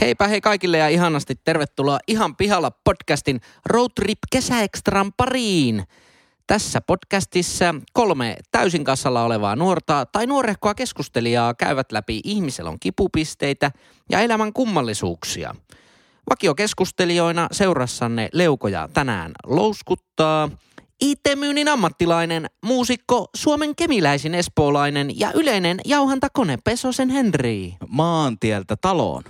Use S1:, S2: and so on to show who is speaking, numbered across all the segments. S1: Heipä hei kaikille ja ihanasti tervetuloa Ihan pihalla podcastin Roadtrip kesäekstran pariin. Tässä podcastissa kolme täysin kassalla olevaa nuorta tai nuorehkoa keskustelijaa käyvät läpi ihmiselon kipupisteitä ja elämän kummallisuuksia. Vakiokeskustelijoina seurassanne leukoja tänään louskuttaa IT-myynnin ammattilainen, muusikko, Suomen kemiläisin espoolainen ja yleinen jauhantakone Pesosen Henri.
S2: maantieltä taloon.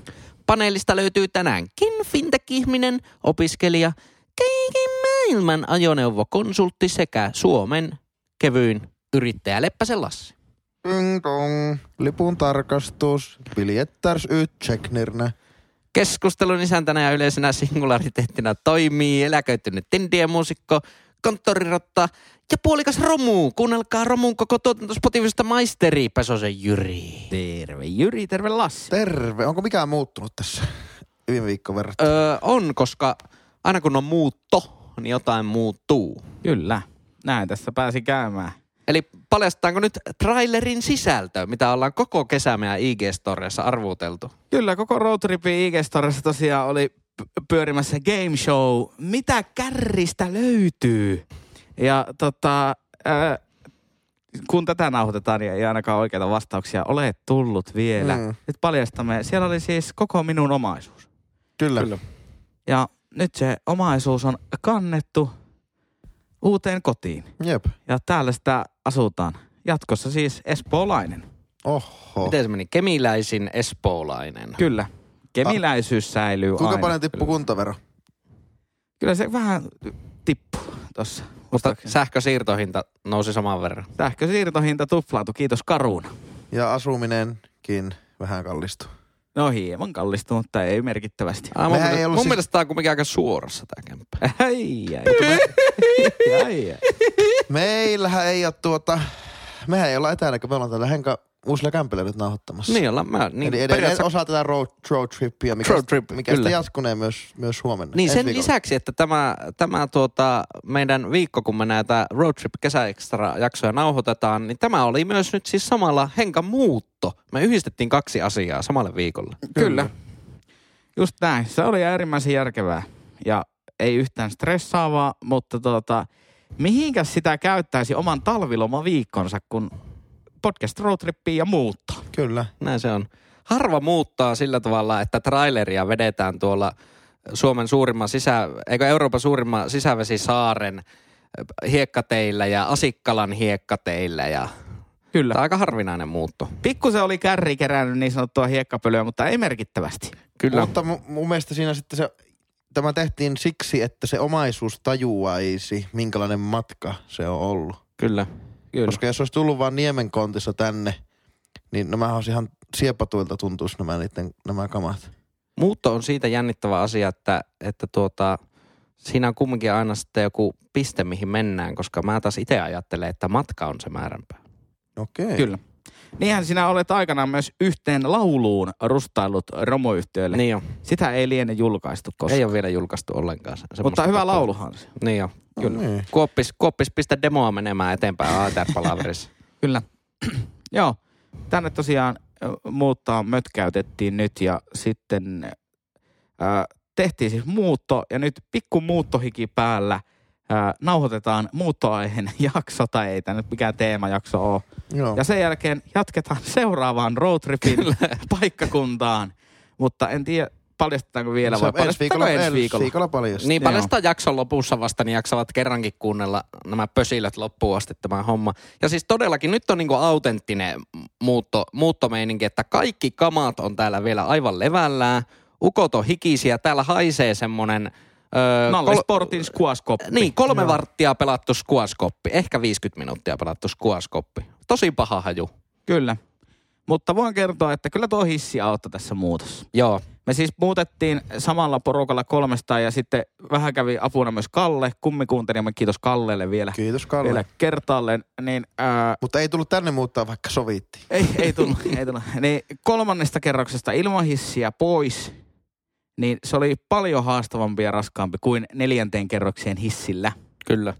S1: Paneelista löytyy tänäänkin fintech-ihminen, opiskelija, kaiken maailman ajoneuvokonsultti sekä Suomen kevyin yrittäjä Leppäsen Lassi.
S3: Ding dong. Lipun tarkastus. Biljettärs ytseknirnä.
S1: Keskustelun isäntänä ja yleisenä singulariteettina toimii eläköitynyt tindien muusikko, konttorirotta ja puolikas Romu. Kuunnelkaa Romun koko tuotantospotivista maisteri Pesosen Jyri.
S2: Terve Jyri, terve Lassi.
S3: Terve. Onko mikään muuttunut tässä viime viikon verran?
S1: Öö, on, koska aina kun on muutto, niin jotain muuttuu.
S2: Kyllä, näin tässä pääsi käymään.
S1: Eli paljastaanko nyt trailerin sisältö, mitä ollaan koko kesä meidän IG-storiassa arvuteltu?
S3: Oh.
S2: Kyllä, koko roadtripin ig storessa tosiaan oli p- pyörimässä game show. Mitä kärristä löytyy? Ja tota, ää, kun tätä nauhoitetaan, niin ei ainakaan oikeita vastauksia ole tullut vielä.
S3: Mm.
S2: Mm. Nyt paljastamme. Siellä oli siis koko minun omaisuus.
S3: Kyllä. Kyllä.
S2: Ja nyt se omaisuus on kannettu uuteen kotiin.
S3: Jep.
S2: Ja täällä sitä asutaan. Jatkossa siis espoolainen.
S3: Oho.
S1: Miten se meni? Kemiläisin espoolainen.
S2: Kyllä. Kemiläisyys säilyy
S3: Kuinka
S2: aina.
S3: paljon tippu kuntavero?
S2: Kyllä se vähän tippuu tossa.
S1: Mutta
S2: Muistaakseni.
S1: sähkösiirtohinta nousi saman verran.
S2: sähkösiirtohinta tuplaantui, kiitos Karuuna.
S3: Ja asuminenkin vähän kallistuu.
S2: No hieman kallistunut, mutta ei merkittävästi.
S1: Ah, mun
S3: Mehän ei
S1: mielestä,
S3: ollut
S1: mun
S3: siis-
S1: mielestä tämä on kuitenkin aika suorassa tämä kämppä.
S2: Ai, ai, mutta mä- ai, ai.
S3: Meillähän ei ole tuota... Mehän ei olla etänä, kun me ollaan täällä Henka uusilla kämpillä nyt nauhoittamassa.
S1: Niin ollaan. Mä, niin,
S3: Eli
S1: Eli
S3: edelleen
S1: periaatteessa,
S3: osa tätä road, road trippiä, mikä,
S1: Road trip,
S3: mikä
S1: kyllä.
S3: sitä jatkunee myös, myös huomenna.
S1: niin
S3: ensi
S1: sen
S3: viikolla.
S1: lisäksi, että tämä, tämä tuota, meidän viikko, kun me näitä Road Trip kesäekstra jaksoja nauhoitetaan, niin tämä oli myös nyt siis samalla Henkan muutto. Me yhdistettiin kaksi asiaa samalle viikolle.
S2: Kyllä. Just näin. Se oli äärimmäisen järkevää. Ja ei yhtään stressaavaa, mutta tuota, mihinkä sitä käyttäisi oman talvilomaviikkonsa, kun podcast roadtrippiin ja muuttaa.
S3: Kyllä.
S1: Näin se on. Harva muuttaa sillä tavalla, että traileria vedetään tuolla Suomen suurimman sisä, eikö Euroopan suurimman sisävesisaaren hiekkateillä ja Asikkalan hiekkateillä ja
S2: Kyllä.
S1: Tämä on aika harvinainen muutto.
S2: Pikkusen oli kärri kerännyt niin sanottua hiekkapölyä, mutta ei merkittävästi.
S1: Kyllä.
S3: Mutta mun, mun mielestä siinä sitten se, tämä tehtiin siksi, että se omaisuus tajuaisi, minkälainen matka se on ollut.
S1: Kyllä.
S2: Kyllä.
S3: Koska jos olisi tullut vaan Niemen kontissa tänne, niin nämä olisi ihan siepatuilta tuntuisi nämä, niiden, nämä kamat.
S1: Muutto on siitä jännittävä asia, että, että tuota, siinä on kumminkin aina sitten joku piste, mihin mennään, koska mä taas itse ajattelen, että matka on se määränpää.
S3: Okei.
S2: Kyllä. Niinhän sinä olet aikanaan myös yhteen lauluun rustaillut romuyhtiölle. Niin.
S1: Niin on.
S2: Sitä ei liene julkaistu koskaan.
S1: Ei ole vielä julkaistu ollenkaan. se- semmoista
S2: mutta hyvä
S1: kappaletta.
S2: lauluhan se.
S1: Niin on.
S3: No
S1: Kyllä.
S3: Niin.
S1: Kuoppis, kuoppis pistä demoa menemään eteenpäin ATR-palaverissa.
S2: Kyllä. Joo. Tänne tosiaan ö, muuttaa mötkäytettiin nyt ja sitten äh, tehtiin siis muutto ja nyt pikku muuttohiki päällä. Äh, nauhoitetaan muuttoaiheen jakso tai ei tämä nyt mikään teemajakso ole.
S3: Joo.
S2: Ja sen jälkeen jatketaan seuraavaan roadtripin paikkakuntaan. Mutta en tiedä, paljastetaanko vielä
S3: Se
S2: vai
S3: on ensi viikolla,
S2: paljastetaanko ensi viikolla.
S3: viikolla paljon. Niin.
S1: niin paljastaan jakson lopussa vasta, niin jaksavat kerrankin kuunnella nämä pösilöt loppuun asti tämä homma. Ja siis todellakin nyt on niinku autenttinen muutto, muuttomeininki, että kaikki kamat on täällä vielä aivan levällään. Ukot on hikisiä, täällä haisee semmonen... Öö,
S2: Nalle Sportin squaskoppi.
S3: Äh,
S1: niin, kolme varttia pelattu skuaskoppi. Ehkä 50 minuuttia pelattu skuaskoppi. Tosi paha haju.
S2: Kyllä. Mutta voin kertoa, että kyllä tuo hissi auttoi tässä muutossa.
S1: Joo.
S2: Me siis muutettiin samalla porukalla kolmesta ja sitten vähän kävi apuna myös Kalle. Kummikuuntelijamme kiitos Kallelle vielä,
S3: Kiitos Kalle.
S2: vielä kertaalleen. Niin, ää,
S3: Mutta ei tullut tänne muuttaa, vaikka sovittiin.
S2: Ei, ei tullut, ei tullut. Niin kolmannesta kerroksesta ilman hissiä pois, niin se oli paljon haastavampi ja raskaampi kuin neljänteen kerrokseen hissillä.
S1: Kyllä.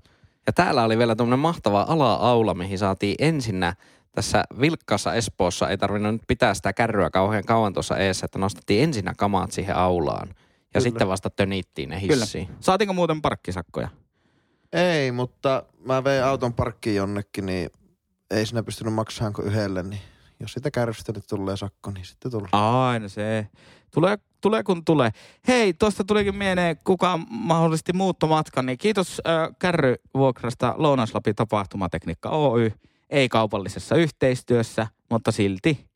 S1: Ja täällä oli vielä tuommoinen mahtava ala-aula, mihin saatiin ensinnä tässä vilkkaassa Espoossa ei tarvinnut nyt pitää sitä kärryä kauhean kauan tuossa eessä, että nostettiin ensinnä kamaat siihen aulaan ja
S3: Kyllä.
S1: sitten vasta tönittiin ne
S2: Kyllä.
S1: hissiin.
S2: Saatiinko muuten parkkisakkoja?
S3: Ei, mutta mä vein auton parkkiin jonnekin, niin ei sinä pystynyt maksamaan kuin yhdelle, niin jos sitä kärrystä nyt tulee sakko, niin sitten tulee.
S2: Aina se. Tulee, tulee kun tulee. Hei, tuosta tulikin mieleen, kuka mahdollisesti muuttomatkan, niin kiitos äh, kärryvuokrasta Lounaslapi tapahtumatekniikka Oy. Ei kaupallisessa yhteistyössä, mutta silti.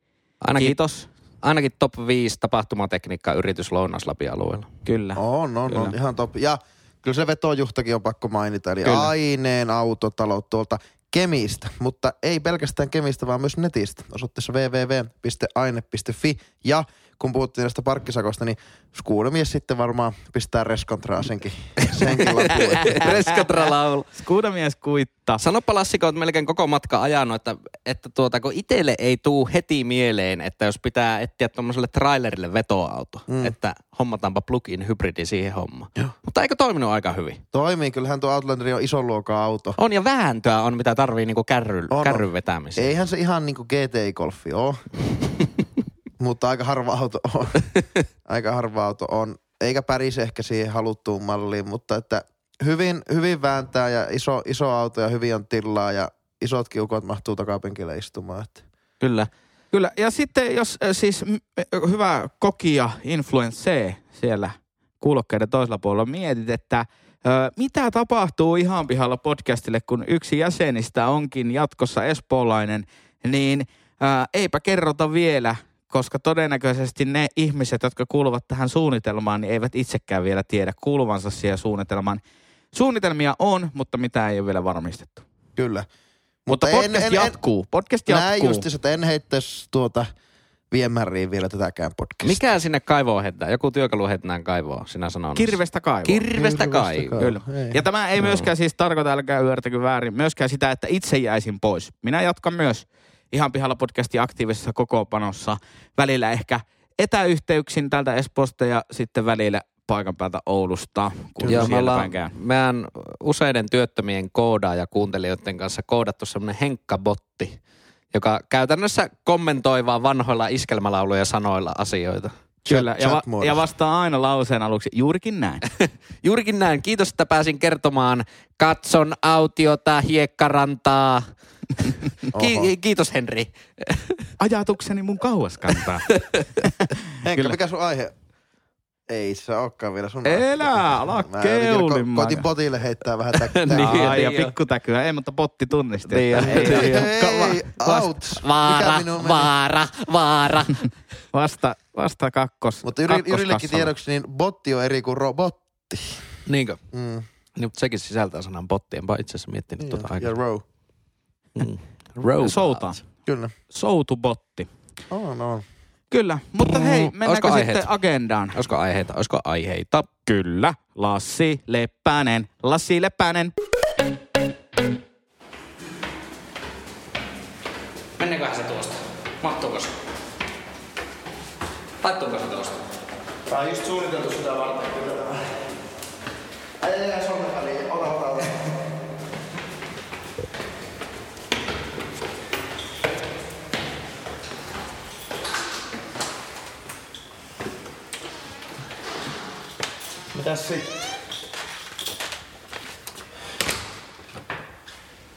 S1: Ainakin,
S2: Kiitos.
S1: ainakin top 5 tapahtumatekniikkayritys Lounaslapin alueella.
S2: Kyllä.
S3: On, on, on,
S2: Kyllä.
S3: ihan top. Ja kyllä se vetojuhtakin on pakko mainita, eli
S2: Kyllä.
S3: kyllä. aineen autotalo tuolta Kemistä, mutta ei pelkästään Kemistä, vaan myös netistä osoitteessa www.aine.fi. Ja kun puhuttiin näistä parkkisakosta, niin skuudamies sitten varmaan pistää reskontraa senkin, senkin lapulle.
S1: Reskotra laulu.
S2: Skuudamies kuittaa.
S1: Ah, Sanoppa Lassi, kun olet melkein koko matka ajanut, että, että tuota, kun itselle ei tuu heti mieleen, että jos pitää etsiä tuommoiselle trailerille vetoauto, mm.
S3: Mm.
S1: että hommataanpa plug-in hybridi siihen homma.
S3: Joo.
S1: Mutta eikö toiminut aika hyvin?
S3: Toimii, kyllähän tuo Outlander on ison luokan auto.
S1: On ja vääntöä on, mitä tarvii niinku kärry,
S3: On, on.
S1: kärryn vetämiseen.
S3: Eihän se ihan niinku GTI-golfi oo. Mutta aika harva auto on. aika harva auto on. Eikä pärisi ehkä siihen haluttuun malliin, mutta että hyvin, hyvin vääntää ja iso, iso auto ja hyvin on tilaa ja isot kiukot mahtuu takapenkille istumaan. Että.
S2: Kyllä. Kyllä. Ja sitten jos äh, siis mm, äh, hyvä kokia influenssee siellä kuulokkeiden toisella puolella mietit, että äh, mitä tapahtuu ihan pihalla podcastille, kun yksi jäsenistä onkin jatkossa espoolainen, niin äh, eipä kerrota vielä, koska todennäköisesti ne ihmiset, jotka kuuluvat tähän suunnitelmaan, niin eivät itsekään vielä tiedä kuuluvansa siihen suunnitelmaan. Suunnitelmia on, mutta mitä ei ole vielä varmistettu.
S3: Kyllä.
S2: Mutta,
S3: en-
S2: podcast
S3: en- en-
S2: jatkuu. podcast
S3: Näin
S2: jatkuu.
S3: justiinsa, että en heittäisi tuota viemäriin vielä tätäkään podcastia.
S1: Mikä sinne kaivoon heittää? Joku työkalu heittää kaivoon, sinä sanon.
S2: Kirvestä kaivoon.
S1: Kirvestä kai.
S2: Kyllä.
S3: Ei.
S2: Ja tämä ei myöskään siis tarkoita, älkää ymmärtäkö väärin, myöskään sitä, että itse jäisin pois. Minä jatkan myös ihan pihalla podcastin aktiivisessa kokoopanossa. Välillä ehkä etäyhteyksin täältä Espoosta ja sitten välillä paikan päältä Oulusta, kun
S1: Joo, me
S2: siellä
S1: ollaan,
S2: päin käyn.
S1: mehän useiden työttömien koodaa ja kuuntelijoiden kanssa koodattu semmoinen henkkabotti, joka käytännössä kommentoi vaan vanhoilla iskelmälauluja sanoilla asioita.
S2: Kyllä, ja, va-
S3: chat-muodossa.
S2: ja vastaa aina lauseen aluksi, juurikin näin.
S1: Juurikin näin. Kiitos, että pääsin kertomaan. Katson autiota, hiekkarantaa.
S3: Oho.
S1: Ki- kiitos, Henri.
S2: Ajatukseni mun kauas kantaa.
S3: Henkka,
S2: Kyllä.
S3: mikä sun aihe? Ei se olekaan vielä sun
S2: Elä,
S3: aihe.
S2: ala
S3: Mä en tiedä, ko-
S2: keulimaan.
S3: Koitin potille heittää vähän täkkää.
S1: Niin,
S2: Ai, ja
S1: niin joo.
S2: pikkutäkyä, ei, mutta potti tunnisti.
S1: Niin
S2: että
S1: joo,
S2: ei,
S1: niin
S2: ei,
S1: joo.
S3: Hei,
S2: va-
S3: out.
S1: Vaara,
S3: Mikä minun meni?
S1: vaara, vaara.
S2: Vasta, vasta kakkos.
S3: Mutta Jyri, Jyrillekin
S2: kakkoskassalla.
S3: tiedoksi, niin botti on eri kuin robotti.
S1: Niinkö?
S3: Mm.
S1: Niin, mutta sekin sisältää sanan botti. Enpä itse asiassa miettinyt
S2: Tota
S1: tuota
S3: Niin ja
S1: aikaa.
S3: row.
S1: Mm. Robot.
S2: Souta.
S3: Kyllä.
S2: Soutubotti.
S3: On, on.
S2: Kyllä, mutta hei,
S1: Olisiko
S2: mennäänkö
S1: aiheita?
S2: sitten agendaan?
S1: Olisiko aiheita? Olisiko aiheita?
S2: Kyllä, Lassi Leppänen. Lassi Leppänen.
S1: Menneköhän se tuosta? Mahtuuko se? Taittuuko se tuosta?
S3: Tää on just suunniteltu sitä varten. Kyllä tämä. Ei, ei, ei, sormen väliin. Ota, ota, ota. Mitäs sitten?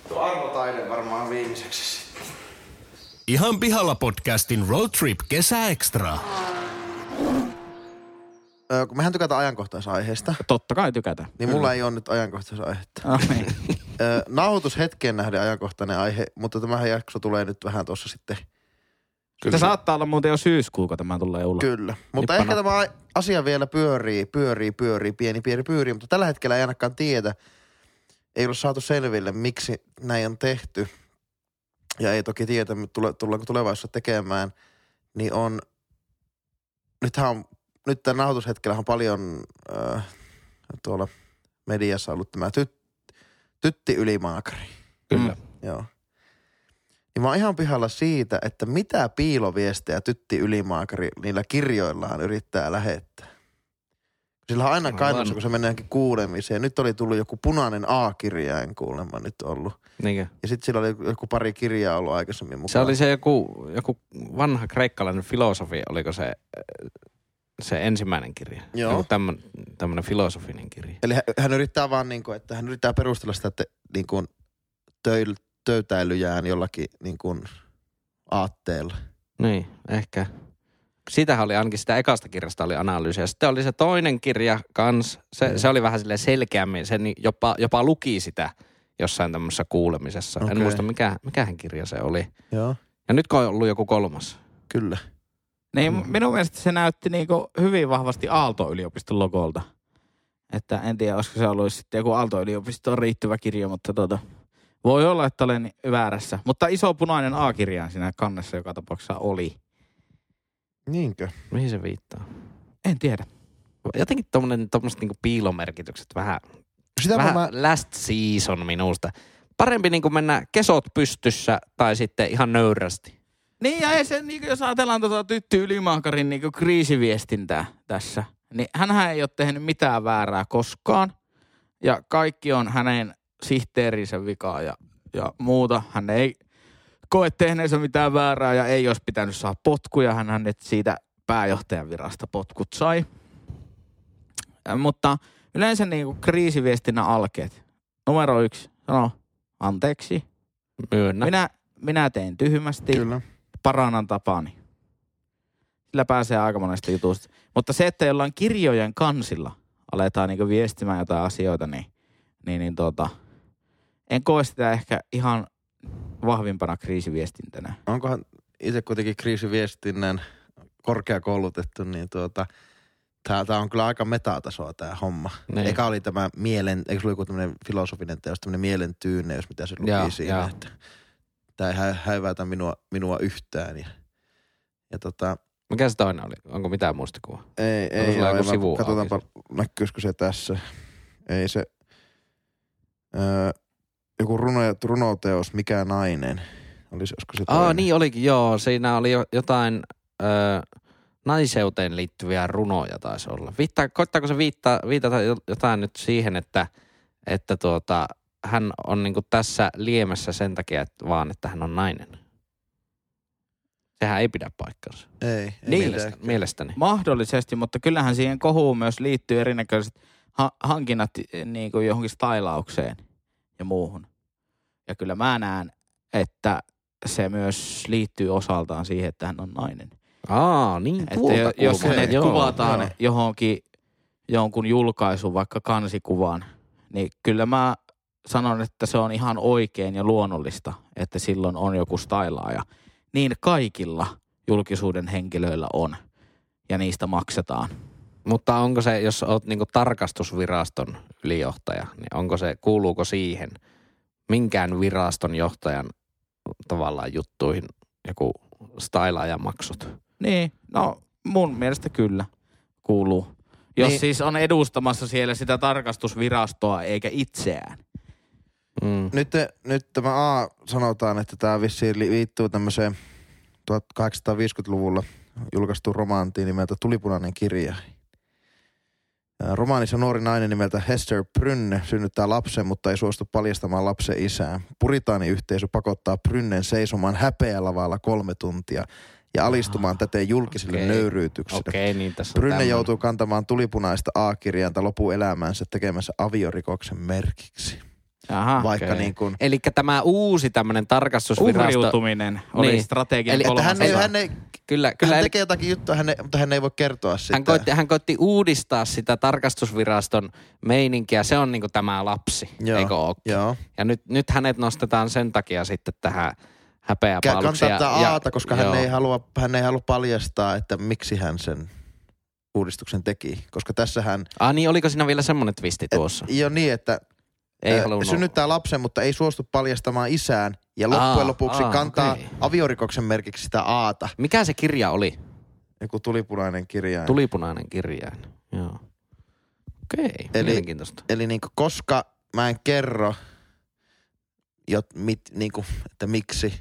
S3: Tuo Arvo Taide varmaan viimeiseksi sitten.
S4: Ihan pihalla podcastin Road Trip kesäekstra.
S3: Ö, kun mehän tykätään ajankohtaisaiheista,
S2: Totta kai tykätään.
S3: niin mulla ei ole nyt ajankohtaisaihetta.
S2: No niin.
S3: Ö, nauhoitushetkeen nähden ajankohtainen aihe, mutta tämä jakso tulee nyt vähän tuossa sitten.
S2: Kyllä. saattaa olla muuten jo syyskuu, kun tämä tulee ulos.
S3: Kyllä. Mutta
S2: Nippa
S3: ehkä tämä ai- asia vielä pyörii, pyörii, pyörii, pieni, pieni, pyörii, mutta tällä hetkellä ei ainakaan tiedä. Ei ole saatu selville, miksi näin on tehty. Ja ei toki tiedä, mit- tule- tullaanko tulevaisuudessa tekemään. Niin on, nythän on, nyt tämän nauhoitushetkellä on paljon äh, tuolla mediassa ollut tämä tyt, tytti ylimaakari.
S2: Mm.
S1: Kyllä.
S3: Joo. Niin mä oon ihan pihalla siitä, että mitä piiloviestejä tytti ylimaakari niillä kirjoillaan yrittää lähettää. Sillä on aina
S1: Aivan.
S3: kainuussa, kun se menee johonkin kuulemiseen. Nyt oli tullut joku punainen A-kirjain kuulemma nyt ollut.
S1: Niinkö?
S3: Ja sitten sillä oli joku pari kirjaa ollut aikaisemmin mukaan.
S1: Se oli se joku, joku vanha kreikkalainen filosofi, oliko se äh, se ensimmäinen kirja.
S3: Joo.
S1: Joku tämmönen, tämmönen filosofinen kirja.
S3: Eli hän, hän yrittää vaan niin kuin, että hän yrittää perustella sitä te, niin kuin töil, töytäilyjään jollakin niin kuin aatteella.
S1: Niin, ehkä. Sitähän oli ainakin sitä ekasta kirjasta oli analyysi. Ja sitten oli se toinen kirja kans. Se, se oli vähän sille selkeämmin. Se ni- jopa, jopa luki sitä jossain tämmöisessä kuulemisessa. Okay. En
S3: Okei.
S1: muista, mikä, mikähän kirja se oli.
S3: Joo.
S1: Ja nyt kun on ollut joku kolmas.
S3: Kyllä.
S2: Niin,
S1: Mm.
S2: minun mielestä se näytti niinku hyvin vahvasti Aalto-yliopiston logolta. Että en tiedä, olisiko se ollut sitten joku Aalto-yliopistoon riittyvä kirja, mutta tota, voi olla, että olen väärässä. Mutta iso punainen A-kirjaan siinä kannessa joka tapauksessa oli.
S3: Niinkö?
S1: Mihin se viittaa?
S2: En tiedä.
S1: Jotenkin tommonen, tommoset niinku piilomerkitykset vähän,
S3: Sitä
S1: vähän
S3: mä,
S1: last season minusta. Parempi niinku mennä kesot pystyssä tai sitten ihan nöyrästi.
S2: Niin ja ei se, niin jos ajatellaan tota tyttö Ylimankarin niin kriisiviestintää tässä, niin hänhän ei ole tehnyt mitään väärää koskaan. Ja kaikki on hänen sihteerinsä vikaa ja, ja muuta. Hän ei koe tehneensä mitään väärää ja ei olisi pitänyt saa potkuja. Hänhän nyt siitä pääjohtajan virasta potkut sai. Ä, Mutta yleensä niin kuin kriisiviestinnän alkeet. Numero yksi, sano anteeksi.
S1: Myönnä.
S2: Minä, minä tein tyhmästi
S3: Kyllä.
S2: parannan tapani. Sillä pääsee aika monesta jutusta. Mutta se, että jollain kirjojen kansilla aletaan niinku viestimään jotain asioita, niin, niin, niin tuota, en koe sitä ehkä ihan vahvimpana kriisiviestintänä.
S3: Onkohan itse kuitenkin kriisiviestinnän korkeakoulutettu, niin tuota, tää, tää on kyllä aika metatasoa tää homma.
S1: Niin.
S3: Niin. Eka oli tämä mielen, eikö se ollut joku tämmönen filosofinen teos, tämmönen mielen tyynneys, mitä se luki
S1: Jaa,
S3: siinä,
S1: jaa.
S3: että tää ei hä- häivätä minua, minua yhtään. Ja, ja tota,
S1: Mikä se toinen oli? Onko mitään muistikuvaa?
S3: Ei,
S1: Onko
S3: ei
S1: sulla
S3: ole.
S1: joku
S3: Mä-
S1: sivu auki?
S3: Katsotaanpa, näkyisikö se tässä. Ei se. Öö, joku runo, runoteos, Mikä nainen. Olisi, olisiko se
S1: Aa,
S3: toinen?
S1: niin olikin, joo. Siinä oli jo- jotain ö, naiseuteen liittyviä runoja taisi olla. Viittaa, koittaako se viittaa, viitata jo- jotain nyt siihen, että, että tuota, hän on niinku tässä liemessä sen takia, että vaan että hän on nainen. Sehän ei pidä paikkansa.
S3: Ei, ei
S1: Niin,
S3: mitään.
S1: mielestäni. mielestäni.
S2: Mahdollisesti, mutta kyllähän siihen kohuun myös liittyy erinäköiset ha- hankinnat niin kuin johonkin stylaukseen ja muuhun. Ja kyllä mä näen, että se myös liittyy osaltaan siihen, että hän on nainen.
S1: Aa, niin tuolta
S2: Että jo- jos
S1: kulmalta.
S2: hänet
S1: Joo,
S2: kuvataan
S3: joo.
S2: johonkin jonkun julkaisun, vaikka kansikuvaan, niin kyllä mä sanon, että se on ihan oikein ja luonnollista, että silloin on joku stailaaja. Niin kaikilla julkisuuden henkilöillä on ja niistä maksetaan.
S1: Mutta onko se, jos olet niinku tarkastusviraston ylijohtaja, niin onko se, kuuluuko siihen minkään viraston johtajan tavallaan juttuihin joku stylaajamaksut?
S2: Niin, no mun mielestä kyllä kuuluu.
S1: Niin.
S2: Jos niin. siis on edustamassa siellä sitä tarkastusvirastoa eikä itseään.
S1: Mm.
S3: Nyt, nyt tämä A sanotaan, että tämä vissiin li- liittyy tämmöiseen 1850-luvulla julkaistuun romaantiin nimeltä Tulipunainen kirja. Ää, Romaanissa nuori nainen nimeltä Hester Prynne synnyttää lapsen, mutta ei suostu paljastamaan lapsen isää. Puritaaniyhteisö pakottaa Prynnen seisomaan häpeälavalla kolme tuntia ja alistumaan täten julkisille
S1: Ah, okei.
S3: okay. nöyryytyksille.
S1: Okei, okay, niin tässä on
S3: Brynne
S1: tämmönen.
S3: joutuu kantamaan tulipunaista A-kirjainta lopuelämäänsä tekemänsä aviorikoksen merkiksi.
S2: Aha.
S3: Vaikka
S1: okei.
S3: niin kuin
S1: Elikkä tämä uusi tämmöinen tarkastusvirasto,
S2: Uhriutuminen oli
S1: Niin.
S2: niin. strategian
S1: Eli-
S3: Että hän, ei,
S2: kolmas
S3: hän, ei,
S1: kyllä,
S3: kyllä
S1: kyllä
S3: hän
S1: eli-
S3: tekee jotakin juttua, hän ei, mutta hän ei voi kertoa sitä.
S1: hän, koitti, hän koitti uudistaa sitä tarkastusviraston meininkiä, se on niinku tämä lapsi,
S3: Joo,
S1: eikö ookin?
S3: Joo.
S1: Ja nyt, nyt hänet nostetaan sen takia sitten tähän
S3: Kä-
S1: häpeäpaaluksi.
S3: Kantaa tätä
S1: ja-
S3: aata, koska hän
S1: joo.
S3: ei, halua, hän ei halua paljastaa, että miksi hän sen uudistuksen teki. Koska tässä hän,
S1: Ah niin, oliko siinä vielä semmoinen twisti tuossa?
S3: ei ole niin, että
S1: Ei
S3: ö,
S1: halunnut.
S3: synnyttää lapsen, mutta ei suostu paljastamaan isään. Ja loppujen
S1: Aa,
S3: lopuksi
S1: aa,
S3: kantaa
S1: okei.
S3: aviorikoksen merkiksi sitä aata.
S1: Mikä se kirja oli?
S3: Joku tulipunainen kirjain.
S1: Tulipunainen kirjain. Joo. Okei, okay,
S3: Eli-
S1: mielenkiintoista.
S3: Eli niin kuin, koska mä en kerro, jot, mit, niin kuin, että miksi,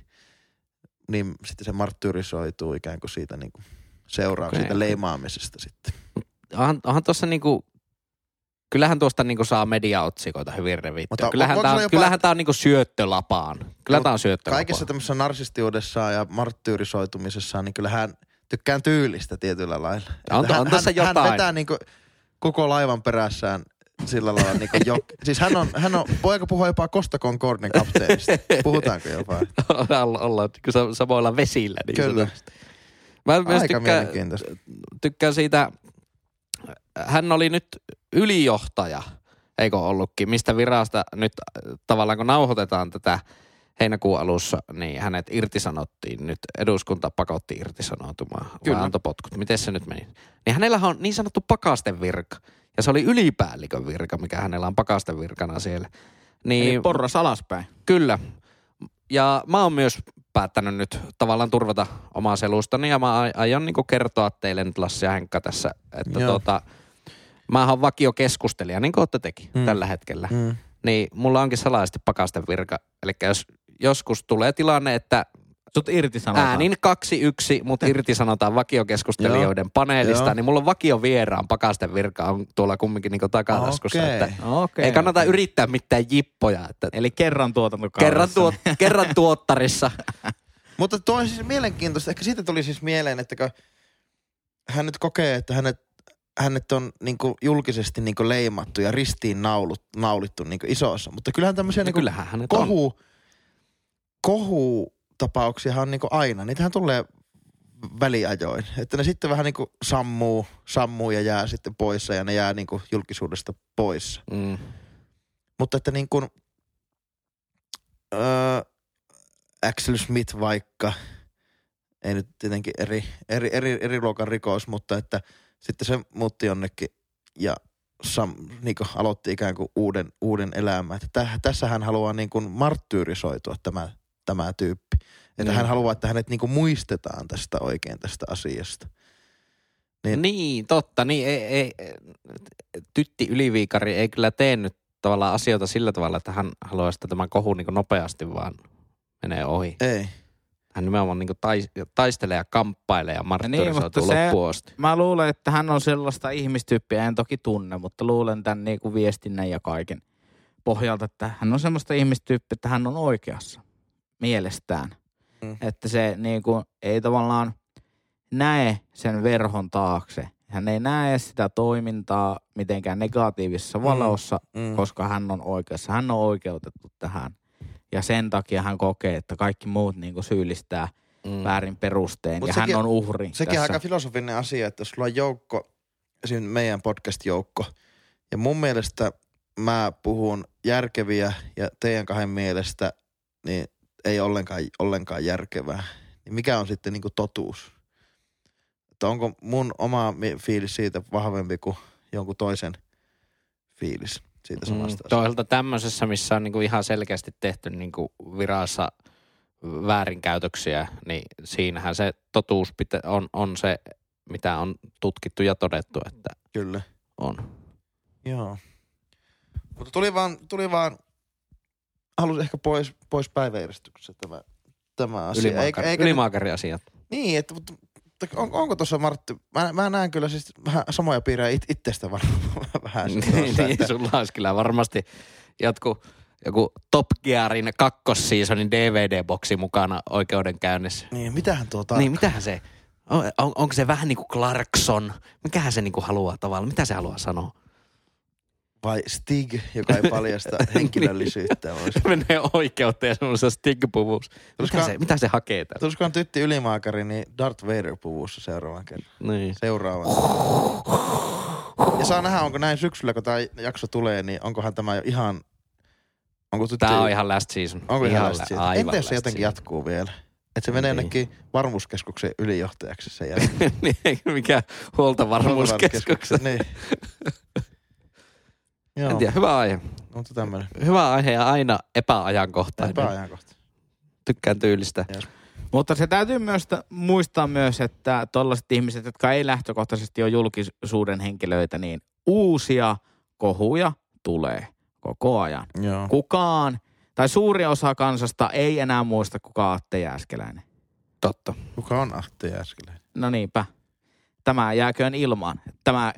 S3: niin sitten se marttyyrisoituu ikään kuin siitä niin kuin, seuraa
S1: Okei.
S3: siitä leimaamisesta sitten.
S1: Onhan, onhan tuossa niinku Kyllähän tuosta niinku saa mediaotsikoita hyvin
S3: Mutta
S1: revittyä.
S3: on-
S1: Kyllähän,
S3: onko
S1: tää on,
S3: se jopa-
S1: kyllähän tää on niinku syöttölapaan. Kyllä
S3: Mut
S1: tää on syöttölapaan.
S3: Kaikessa tämmöisessä narsistiudessaan ja marttyyrisoitumisessaan, niin kyllä hän tykkään tyylistä tietyllä lailla.
S1: On-
S3: Että hän,
S1: on tässä
S3: hän,
S1: jotain.
S3: Hän vetää niinku koko laivan perässään sillä lailla niinku jo. Siis hän on, hän on, voiko puhua jopa Costa Concordin kapteenista? Puhutaanko jopa?
S1: olla, olla niin kuin samoilla vesillä. Niin
S3: Kyllä.
S1: sanotusti. Mä myös
S3: Aika
S1: tykkään,
S3: mielenkiintoista.
S1: tykkään siitä, hän oli nyt ylijohtaja, eikö ollutkin, mistä virasta nyt äh, tavallaan kun nauhoitetaan tätä heinäkuun alussa, niin hänet irtisanottiin nyt, eduskunta pakotti irtisanoutumaan, Kyllä.
S2: Kyllä.
S1: antoi potkut. Miten se nyt meni? Niin hänellä on niin sanottu pakasten virka, ja se oli ylipäällikön virka, mikä hänellä on pakasten virkana siellä.
S2: Eli
S1: Niin,
S2: porras alaspäin.
S1: Kyllä. Ja mä oon myös päättänyt nyt tavallaan turvata omaa selustani ja mä a- aion niinku kertoa teille nyt Lassi ja Henkka tässä, että
S3: Joo.
S1: tota, mä oon vakio keskustelija, niin kuin ootte teki
S3: Mm.
S1: tällä hetkellä.
S3: Mm.
S1: Niin mulla onkin salaisesti pakasten virka. Eli jos joskus tulee tilanne, että
S2: Sut irtisanotaan.
S1: äänin 2-1, mutta irtisanotaan vakiokeskustelijoiden paneelista,
S3: Joo.
S1: niin mulla on vakio vieraan pakasten virka on tuolla kumminkin niinku takataskussa.
S3: Okei.
S1: Että
S2: Okei.
S1: niin. ei kannata yrittää mitään jippoja. Että
S2: Eli kerran tuotantokaudessa.
S1: kerran, tuot, kerran tuottarissa.
S3: Mutta tuo on siis mielenkiintoista. Ehkä siitä tuli siis mieleen, että kun hän nyt kokee, että hänet, hänet on niinku julkisesti niinku leimattu ja ristiin naulut, naulittu niinku isossa. Mutta kyllähän tämmöisiä
S1: Niin
S3: niinku
S1: kyllähän hänet on.
S3: kohu, kohu tapauksia on niinku aina. Niitähän tulee väliajoin. Että ne sitten vähän niinku sammuu, sammuu ja jää sitten poissa ja ne jää niinku julkisuudesta pois.
S1: Mm.
S3: Mutta että niin kuin, öö, Axel Smith vaikka, ei nyt tietenkin eri, eri, eri, eri luokan rikos, mutta että sitten se muutti jonnekin ja sam, niin kuin aloitti ikään kuin uuden, uuden elämän. Että täh, tässä hän haluaa niin kuin marttyyrisoitua tämä, tämä tyyppi. Että
S1: Niin.
S3: hän haluaa, että hänet niin kuin muistetaan tästä oikein tästä asiasta. Niin.
S1: Niin, totta. Niin, ei, ei, tytti Yliviikari ei kyllä tee nyt tavallaan asioita sillä tavalla, että hän haluaisi, että tämä kohu niin nopeasti vaan menee ohi.
S3: Ei.
S1: Hän nimenomaan niin tais, taistelee ja kamppailee ja marttyrisoituu
S2: mutta se-
S1: loppuun asti.
S2: Mä luulen, että hän on sellaista ihmistyyppiä, en toki tunne, mutta luulen tämän niin kuin viestinnän ja kaiken pohjalta, että hän on sellaista ihmistyyppiä, että hän on oikeassa mielestään.
S3: Mm.
S2: Mm. Että se niin kuin, ei tavallaan näe sen verhon taakse. Hän ei näe sitä toimintaa mitenkään negatiivisessa
S3: Mm.
S2: valossa,
S3: Mm.
S2: koska hän on oikeassa. Hän on oikeutettu tähän. Ja sen takia hän kokee, että kaikki muut niin kuin syyllistää
S1: Mm.
S2: väärin perusteen.
S3: Mut
S2: ja
S3: sekin-
S2: hän on uhri
S3: Sekin on
S2: tässä.
S3: aika filosofinen asia, että jos sulla on joukko, esimerkiksi meidän podcast-joukko, ja mun mielestä mä puhun järkeviä ja teidän kahden mielestä niin ei ollenkaan, ollenkaan järkevää. Niin mikä on sitten niinku totuus? Että onko mun oma mi- fiilis siitä vahvempi kuin jonkun toisen fiilis siitä samasta mm,
S1: Toisaalta tämmöisessä, missä on niinku ihan selkeästi tehty niinku virassa väärinkäytöksiä, niin siinähän se totuus pitä, on, on se, mitä on tutkittu ja todettu, että
S3: Kyllä.
S1: on.
S3: Joo. Mutta tuli vaan, tuli vaan halusin ehkä pois, pois päiväjärjestyksestä tämä, tämä asia. Eikä,
S1: Ylimaakari,
S3: eikä,
S1: ylimaakariasiat.
S3: niin, että, mutta, mutta on, onko tuossa Martti, mä, mä näen kyllä siis vähän samoja piirejä it, itsestä varmaan vähän.
S1: Niin,
S3: Niin, tuossa,
S1: niin,
S3: että,
S1: sulla olisi kyllä varmasti jotku, joku Top Gearin kakkosseasonin DVD-boksi mukana oikeudenkäynnissä.
S3: niin, mitähän tuo
S1: Niin,
S3: tarkoittaa?
S1: mitähän se, on, on, onko se vähän niin kuin Clarkson? Mikähän se niin kuin haluaa tavallaan, mitä se haluaa sanoa?
S3: Vai Stig, joka ei paljasta
S1: Niin.
S3: henkilöllisyyttä. Voisi.
S1: Menee oikeuteen semmoisessa stigpuvuus. Mitä
S3: Koska-
S1: se, mitä se hakee tällä?
S3: Tulisikohan tytti ylimaakari, niin Darth Vader puvussa seuraavan kerran.
S1: Niin.
S3: Seuraavan. Ja saa nähdä, onko näin syksyllä, kun tämä jakso tulee, niin onkohan tämä jo ihan... Onko tytti,
S1: Tämä on ihan last season.
S3: Onko ihan,
S1: ihan
S3: ihan
S1: lä-
S3: siitä?
S1: aivan
S3: Entä jos se
S1: last
S3: jotenkin
S1: season.
S3: jatkuu vielä? Että se menee
S1: Niin.
S3: jonnekin varmuuskeskuksen ylijohtajaksi sen jälkeen.
S1: Niin, Mikä huoltovarmuuskeskuksen.
S3: Niin. Joo,
S1: En tiedä, hyvä aihe.
S3: mutta tämmöinen.
S1: Hyvä aihe ja aina epäajankohtainen.
S3: Epäajankohta.
S1: Tykkään tyylistä.
S2: Mutta se täytyy myös t- muistaa myös, että tuollaiset ihmiset, jotka ei lähtökohtaisesti ole julkisuuden henkilöitä, niin uusia kohuja tulee koko ajan.
S3: Joo.
S2: Kukaan tai suuri osa kansasta ei enää muista, kuka on Atte Jääskeläinen.
S1: Totta.
S3: Kuka on Ahti Jääskeläinen?
S2: No niinpä. Tämä jääköön ilmaan. Tämä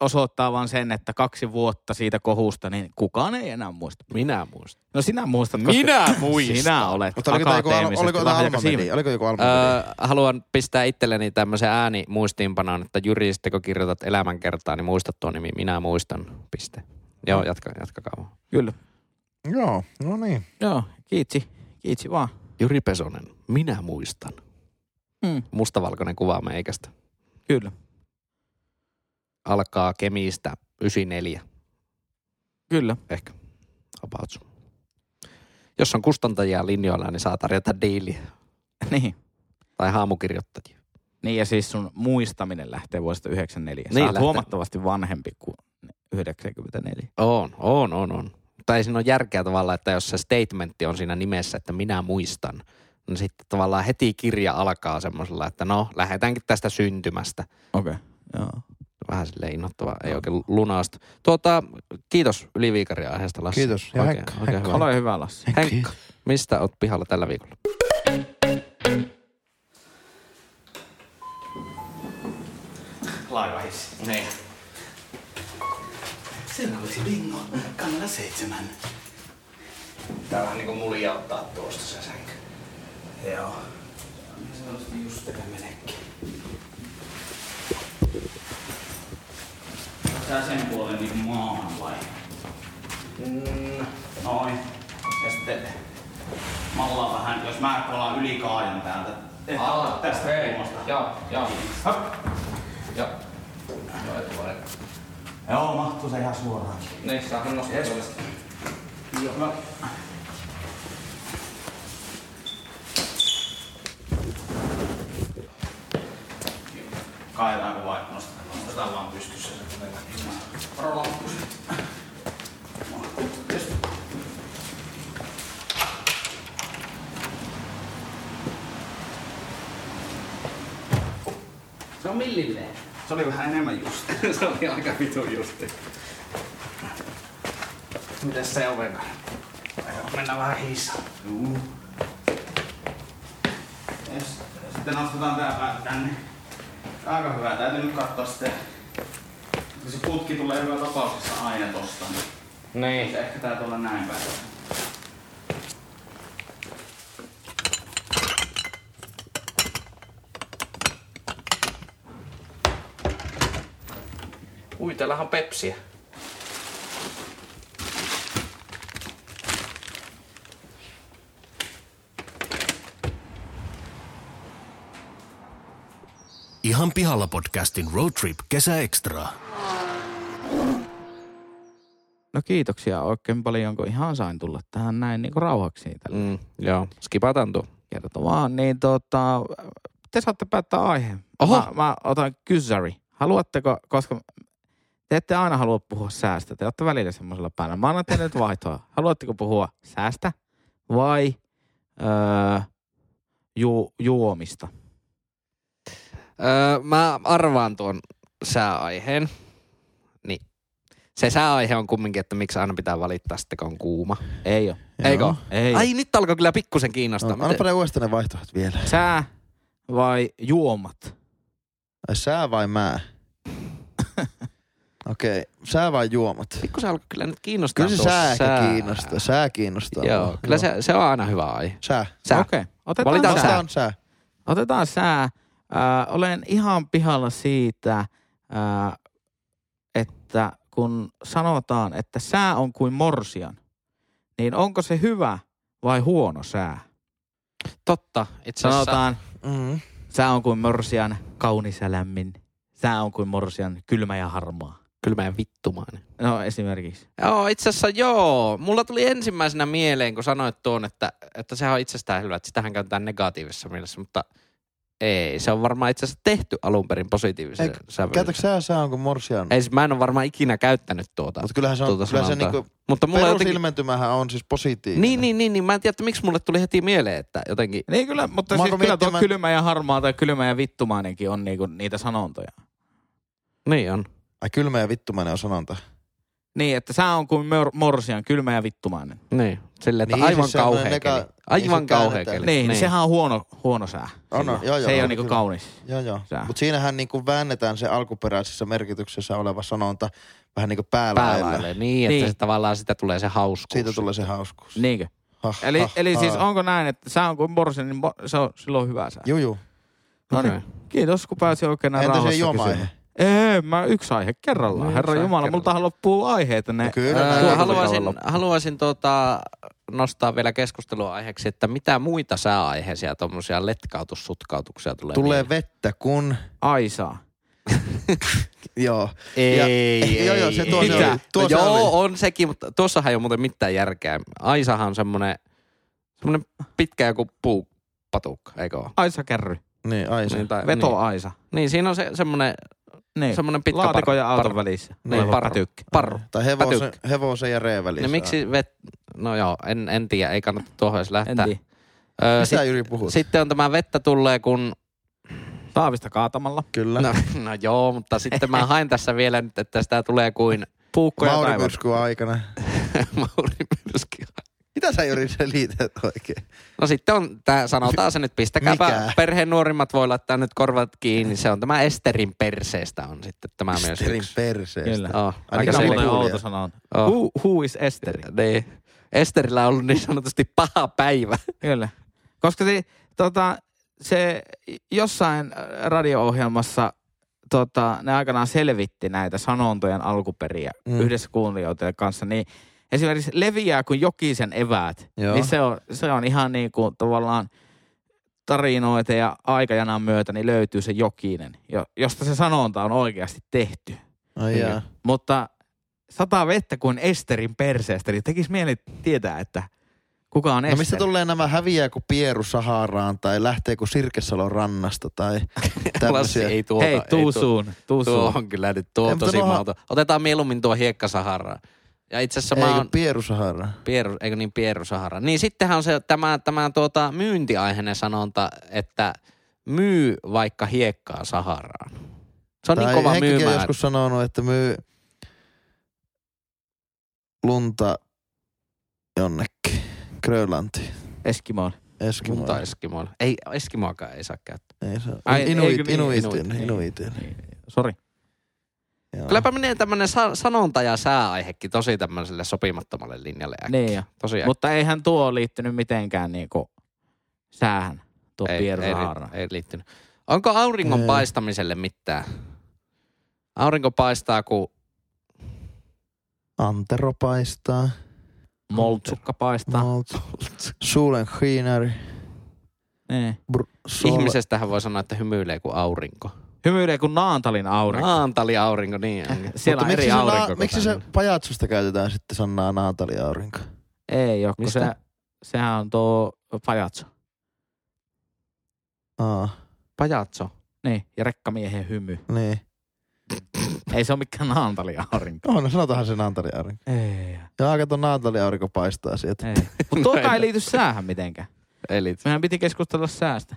S2: osoittaa vaan sen, että kaksi vuotta siitä kohusta, niin kukaan ei enää muista.
S1: Minä muistan.
S2: No sinä muistat.
S1: Minä muistan.
S2: Sinä olet
S3: Mutta oliko tämä joku, Al-
S2: akateemisesti
S3: oliko tämä
S2: lahjakas
S3: Alma-medi?
S2: ihminen.
S3: Oliko joku alma
S1: Öö, haluan pistää itselleni tämmöisen äänimuistiinpanon, että Jyri, sitten kun kirjoitat elämänkertaa, niin muista tuo nimi. Minä muistan. Piste. Joo, jatka, jatkakaa vaan.
S2: Kyllä.
S3: Joo, no niin.
S2: Joo, kiitsi. Kiitsi vaan.
S1: Jyri Pesonen, minä muistan.
S2: Mm.
S1: Mustavalkoinen kuva meikästä.
S2: Kyllä.
S1: Alkaa Kemiistä 94
S2: Kyllä.
S1: ehkä. About. so. Jos on kustantajia linjoilla, niin saa tarjota diiliä.
S2: Niin.
S1: Tai haamukirjoittajia.
S2: Niin ja siis sun muistaminen lähtee vuodesta 94.
S1: Niin
S2: Niin, Sä oot
S1: lähtee.
S2: huomattavasti vanhempi kuin 94.
S1: On, on, on, on. Mutta ei siinä ole järkeä tavallaan, että jos se statementti on siinä nimessä, että minä muistan, niin sitten tavallaan heti kirja alkaa semmoisella, että no, lähdetäänkin tästä syntymästä.
S2: Okei. Okay. Joo.
S1: Vähän sille innoittava,
S3: No.
S1: ei oikein lunasta. Tuota, kiitos Yliviikaria aiheesta, Lassi.
S3: Kiitos. Ja
S1: Oikein,
S3: Henkka,
S1: oikein
S3: Henkka.
S1: hyvä.
S2: Ole hyvä Lassi.
S1: Henkka, mistä oot pihalla tällä viikolla?
S5: laivahissi. Niin. Siinä olisi bingo kannalla seitsemän. Tää vähän niinku muljauttaa tuosta se sänky. Joo. Niin se olisi just tätä menekki. Tää sen puolen niinku maahan vai? Mm, noin. Ja sitten malla vähän, jos mä kolaan yli kaajan täältä. Aa, tästä kulmasta. Joo, joo. Hop. Joo, mahtuu se ihan suoraankin. Niin, saa nostaa yes. Joo, mä... Kaivetaanko vai nostetaan? Nostetaan vaan pystyssä se kuitenkin. Rolla pystyt. Yes.
S1: Se on millilleen.
S5: Se oli vähän enemmän just.
S1: se oli aika vitu justi.
S5: Mitäs se oven kanssa? Mennään vähän hiissaan. Juu. Yes. Sitten nostetaan tää pää tänne. Aika hyvä. Täytyy nyt katsoa sitten. kun Se putki tulee hyvä tapauksessa aina tosta. Niin. Se ehkä tää tuolla näin päin.
S1: Ui, täällähän on pepsiä.
S4: Ihan pihalla podcastin Road Trip kesäekstra.
S2: No kiitoksia oikein paljon, kun ihan sain tulla tähän näin niin rauhaksi tällä mm.
S1: Mm, joo, skipataan tuo.
S2: kertomaan. Niin tota, te saatte päättää aiheen.
S1: Oho.
S2: Mä, mä otan kysäri. Haluatteko, koska te ette aina halua puhua säästä. Te olette välillä semmoisella päällä. Mä annan teille nyt vaihtoa. Haluatteko puhua säästä vai öö, ju, juomista?
S1: Öö, mä arvaan tuon sääaiheen. Niin. Se sääaihe on kumminkin, että miksi aina pitää valittaa sitten, kun on kuuma.
S2: Ei ole.
S1: Eikö?
S2: Ei.
S1: Ai nyt alkoi kyllä pikkusen
S3: No,
S1: kiinnostaa. No,
S3: annapa ne uudestaan ne vaihtoehdot vielä.
S2: Sää vai juomat?
S3: Ai sää vai mä? Okei, okay. sää vai juomat?
S1: Pikkusen alkoi kyllä nyt kiinnostaa
S3: Kyllä se
S1: tuo
S3: sää ehkä kiinnostaa. Sää kiinnostaa.
S1: Joo, kyllä se, se on aina hyvä aihe.
S3: Sää.
S1: Sää. Okay.
S2: Okei. Okay. Otetaan
S1: Valitaan
S2: Valitaan sää.
S1: sää.
S3: Vastaan sää.
S2: Otetaan sää. Äh, olen ihan pihalla siitä, äh, että kun sanotaan, että sää on kuin morsian, niin onko se hyvä vai huono sää?
S1: Totta, itse asiassa.
S2: Sanotaan,
S3: Mm.
S2: sää on kuin morsian kaunis ja lämmin. Sää on kuin morsian kylmä ja harmaa.
S1: Kyllä mä en vittumainen.
S2: No esimerkiksi.
S1: Joo, itse asiassa joo. Mulla tuli ensimmäisenä mieleen, kun sanoit tuon, että, että sehän on itsestään hyvä, että sitähän käytetään negatiivisessa mielessä, mutta ei. Se on varmaan itse asiassa tehty alun perin positiivisen
S3: Eikö-
S1: sävyllä.
S3: Käytätkö sää sää on kuin morsian?
S1: Ei, siis mä en ole varmaan ikinä käyttänyt tuota.
S3: Mutta kyllähän se on,
S1: tuota
S3: kyllähän se
S1: sanontaa.
S3: niinku,
S1: Mutta mulla jotenkin...
S3: perusilmentymähän on siis positiivinen.
S1: Niin, niin, niin, niin, mä en tiedä, että miksi mulle tuli heti mieleen, että jotenkin...
S2: Niin kyllä, mutta
S3: Mä
S2: siis
S3: alkoin
S2: kyllä tuo
S3: miettimään-
S2: kylmä ja harmaa tai kylmä ja vittumainenkin on niinku niitä sanontoja.
S1: Niin on.
S3: Ai kylmä ja vittumainen on sanonta.
S2: Niin, että sä on kuin mör- morsian, kylmä ja vittumainen.
S1: Niin, sille, että
S3: Niin,
S1: niin, aivan siis
S3: siis semmoinen
S1: kauhea neka,
S3: neka-
S1: keli.
S3: niin,
S1: Aivan
S3: se
S1: kauhea
S3: käännetään.
S1: keli.
S2: Niin, niin, niin sehän on huono, huono sää.
S3: On, on,
S2: Silloin.
S3: joo, joo,
S2: se ei
S3: on
S2: ole niinku
S3: kyllä.
S2: kaunis.
S3: Joo, joo.
S2: Sää.
S3: Mutta siinähän niin kuin väännetään se alkuperäisessä merkityksessä oleva sanonta vähän niin kuin päälailla.
S1: Päälaille. Niin, että
S2: Niin.
S1: niin. Se, tavallaan sitä tulee se hauskuus.
S3: Siitä tulee se hauskuus.
S2: Niinkö?
S3: Ha,
S2: Niin. Eli,
S3: ha,
S2: eli
S3: ha.
S2: siis onko näin, että sä on kuin morsian, niin mo- se on silloin hyvä sää.
S3: Juu, juu.
S2: No niin.
S1: Okei.
S2: Kiitos, kun pääsin oikein näin
S3: Entä se
S2: rauhassa
S3: jomaihe?
S2: kysymään. Ei, mä yksi aihe kerrallaan.
S1: Niin,
S2: Herra
S1: yksi aihe
S2: Jumala,
S1: kerrallaan.
S2: multahan loppuu aiheita. Ne.
S3: No kyllä
S1: Ää,
S3: näin
S1: haluaisin
S3: tulee olla.
S1: haluaisin tota, nostaa vielä keskustelua aiheeksi, että mitä muita sääaiheisia tuommoisia letkautussutkatuksia tulee?
S3: Tulee
S1: mieleen?
S3: vettä kun...
S2: Aisaa.
S3: Joo. Ja-
S1: Ei,
S3: Joo,
S1: ei,
S3: joo, se tuo se
S1: ei.
S3: oli. Tuo se
S1: joo,
S3: oli.
S1: on sekin, mutta tuossahan ei ole muuten mitään järkeä. Aisahan on semmoinen, semmoinen pitkä joku puupatukka, eikö ole?
S2: Aisa kärry.
S3: Niin, ai se.
S1: Niin, tai,
S2: Veto
S1: Niin.
S2: Aisa.
S1: niin, siinä on se, semmoinen,
S2: Niin.
S1: semmoinen pitkä
S2: Laatikon
S1: par-
S2: ja auton
S1: par-
S2: välissä.
S1: Niin,
S2: oleva
S1: parru.
S2: pätykkä.
S1: Parru.
S3: Tai hevosen, hevosen ja reen välissä.
S1: Niin miksi vet... No joo, en, en tiedä, ei kannata tuohon edes
S2: En
S1: lähteä.
S2: tiedä.
S1: Öö, sit,
S3: Mitä Jyri puhut?
S1: sitten on tämä vettä tulee, kun...
S2: Taavista kaatamalla.
S3: Kyllä.
S1: No, no joo, mutta sitten mä haen tässä vielä nyt, että sitä tulee kuin
S2: Puukkoja
S3: Mauri
S2: taivaan.
S3: Myrskyn aikana.
S1: Mauri Myrsky.
S3: Mitä sä Jyri sen liität oikein?
S1: No sitten on, tää, sanotaan se nyt,
S3: Mikä?
S1: pistäkääpä perheen nuorimmat voi laittaa nyt korvat kiinni. Se on tämä Esterin perseestä on sitten tämä myös
S3: Esterin
S1: yksi.
S3: perseestä.
S2: Kyllä.
S1: Oh, aika
S3: Ainakin
S2: Aika
S3: se
S1: selkeä.
S2: semmoinen
S3: kuulija.
S2: outo sana on.
S1: Oh.
S2: Who, who is Esteri?
S1: Niin. Esterillä on ollut niin sanotusti paha päivä.
S2: Kyllä. Koska se, tota, se jossain radio-ohjelmassa tota, ne aikanaan selvitti näitä sanontojen alkuperiä
S3: Mm.
S2: mm. yhdessä kuuntelijoiden kanssa, niin esimerkiksi leviää kuin jokisen eväät,
S3: Joo.
S2: Joo. niin se on, se on ihan niin kuin tavallaan tarinoita ja aikajanan myötä niin löytyy se jokinen, jo- josta se sanonta on oikeasti tehty.
S3: Ai jaa.
S2: Mutta sataa vettä kuin Esterin perseestä, niin tekisi mieli tietää, että kuka on
S3: No
S2: Esteri.
S3: mistä tulee nämä häviää kuin Pieru Saharaan tai lähtee kuin Sirkesalon rannasta tai
S1: Lassi
S3: tämmöisiä.
S1: ei tuota.
S2: Hei,
S1: ei
S2: tuu
S1: tuota.
S2: suun,
S1: Tuo
S2: tuu suun.
S1: on kyllä nyt, tuo
S3: Ei,
S1: on
S3: mutta
S1: tosi
S3: tuohan-
S1: mahdoton. Otetaan mieluummin tuo hiekkasahara. Ja itse asiassa mä
S3: Eikö
S1: oon...
S3: Pieru Saharaan?
S1: Pieru, eikö niin pierusahara. Niin sittenhän on se tämä, tämä tuota, myyntiaiheinen sanonta, että myy vaikka hiekkaa saharaan. Se on
S3: tai
S1: niin kova
S3: Henkkikin on
S1: myymään.
S3: joskus sanonut, että myy lunta jonnekin. Grönlantiin.
S2: Eskimoon.
S1: Mutta
S3: Eskimoille.
S1: Eskimoilla. Ei, Eskimoakaan ei saa käyttää.
S3: Ei se ole.
S2: Ai,
S3: Ai, Inuit,
S2: eikö niin?
S3: inuitin,
S2: Inuitin,
S3: inuitin.
S2: Sori.
S3: Joo.
S1: Kylläpä menee tämmönen sa- sanonta- ja sääaihekin tosi tämmöiselle sopimattomalle linjalle äkkiä.
S2: Niin jo.
S1: Tosi äkkiä.
S2: Mutta eihän tuo liittynyt mitenkään niinku säähän, tuo
S1: ei, ei,
S2: Pierre Saara.
S1: ri- ei liittynyt. Onko auringon
S3: Ei.
S1: ei. paistamiselle mitään? Aurinko paistaa, kun
S3: Antero paistaa.
S2: Moltsukka paistaa.
S3: Malt. Suulen hiinari.
S2: Niin.
S3: Br-
S1: Sol...
S3: sol-
S1: ihmisestähän voi sanoa, että hymyilee kuin aurinko.
S2: Hymyilee kuin Naantalin aurinko.
S3: No.
S1: Naantali aurinko, niin. onkin.
S2: Siellä on
S3: miksi se,
S2: eri aurinko.
S3: na-
S2: kuin
S3: miksi se
S2: tänne.
S3: pajatsusta käytetään sitten sanaa naataliaurinko?
S2: Ei oo, kun
S1: Mistä?
S2: se, sehän on tuo pajatso.
S3: Aa,
S1: Pajatso.
S2: Niin, ja rekkamiehen hymy.
S3: niin.
S2: Ei se ole mikään Naantalin aurinko.
S3: No, no sanotaanhan se naataliaurinko.
S2: Ei.
S3: Jaa, kato naataliaurinko paistaa sieltä.
S2: Ei. Mutta tuokaan ei liity säähän mitenkään.
S1: Eli
S2: Mehän piti keskustella säästä.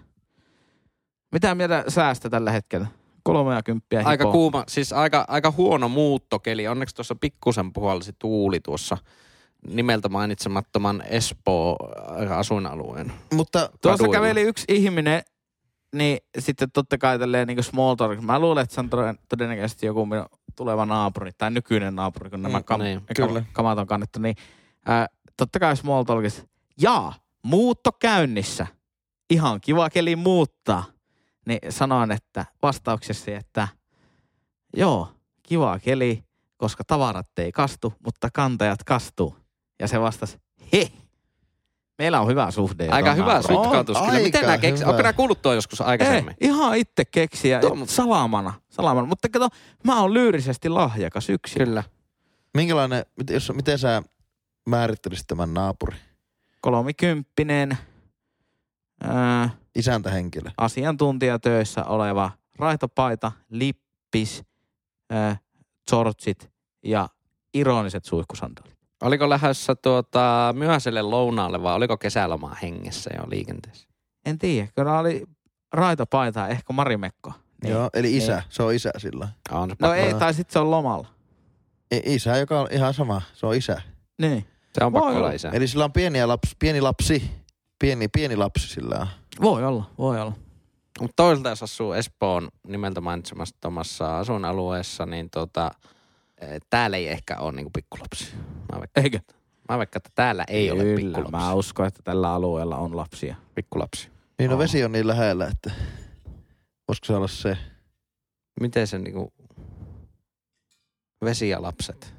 S2: Mitä mieltä säästä tällä hetkellä? Kolmea kymppiä
S1: aika
S2: hipoo.
S1: kuuma, siis aika, aika huono muuttokeli. Onneksi tuossa pikkusen puhalsi tuuli tuossa nimeltä mainitsemattoman Espoo äh, asuinalueen.
S3: Mutta
S2: Tuossa
S1: kaduilla.
S2: käveli yksi ihminen, niin sitten totta kai tälleen niin small talk. Mä luulen, että se on toden- todennäköisesti joku minun tuleva naapuri tai nykyinen naapuri, kun nämä
S1: Mm,
S2: kam-
S1: niin,
S2: kam-
S3: kyllä.
S2: kamat on kannettu. Niin, ää, totta kai small talkissa. Jaa, muutto käynnissä. Ihan kiva keli muuttaa. Niin sanoin, että vastauksessa, että joo, kiva keli, koska tavarat ei kastu, mutta kantajat kastuu. Ja se vastasi, he, meillä on hyvä suhde.
S1: Aika
S2: tuon
S1: hyvä
S2: naapurin."
S1: sutkautus.
S3: On
S1: Kyllä.
S3: aika
S1: Miten nämä keks...
S3: hyvä.
S1: Onko nämä kuullut tuo joskus
S2: Ei,
S1: aikaisemmin?
S2: ihan itse keksiä.
S1: Tuo,
S2: Tuo,
S1: mutta-
S2: salamana, salamana. Mutta kato, mä oon lyyrisesti lahjakas yksin.
S1: Kyllä.
S3: minkälainen, mit- jos, miten sä määrittelisit tämän naapuri?
S2: Kolmikymppinen, ää,
S3: Isäntähenkilö.
S2: asiantuntija töissä oleva, raitopaita, lippis, ää, shortsit ja ironiset suihkusandaalit.
S1: Oliko lähdössä tuota, myöhäiselle lounaalle vai oliko kesälomaa hengessä jo liikenteessä?
S2: En tiedä, kyllä oli raitopaita, ehkä marimekko. Niin.
S3: Joo, eli isä. Se on isä sillä.
S1: On se
S2: No
S1: pakko-
S2: ei, tai sitten se on lomalla.
S3: I- isä, joka on ihan sama. Se on isä.
S2: Niin.
S1: Se on
S2: Voi
S1: pakko
S2: olla.
S1: olla isä.
S3: Eli sillä on pieniä laps, pieni lapsi. Pieni, pieni lapsi sillä on.
S2: Voi olla, voi olla.
S1: Mutta toisaalta asuu Espoon nimeltä mainitsemassa asuinalueessa, niin tota, eh, täällä ei ehkä ole niinku pikkulapsi. Mä veikkaan,
S2: Eikö?
S1: mä veikkaan, että täällä ei ole
S2: Kyllä, mä
S1: pikkulapsi.
S2: uskon, että tällä alueella on lapsia.
S1: pikkulapsi.
S3: Niin no
S2: Aa.
S3: vesi on niin lähellä, että voisiko se olla se?
S1: Miten se niinku... Vesi ja lapset.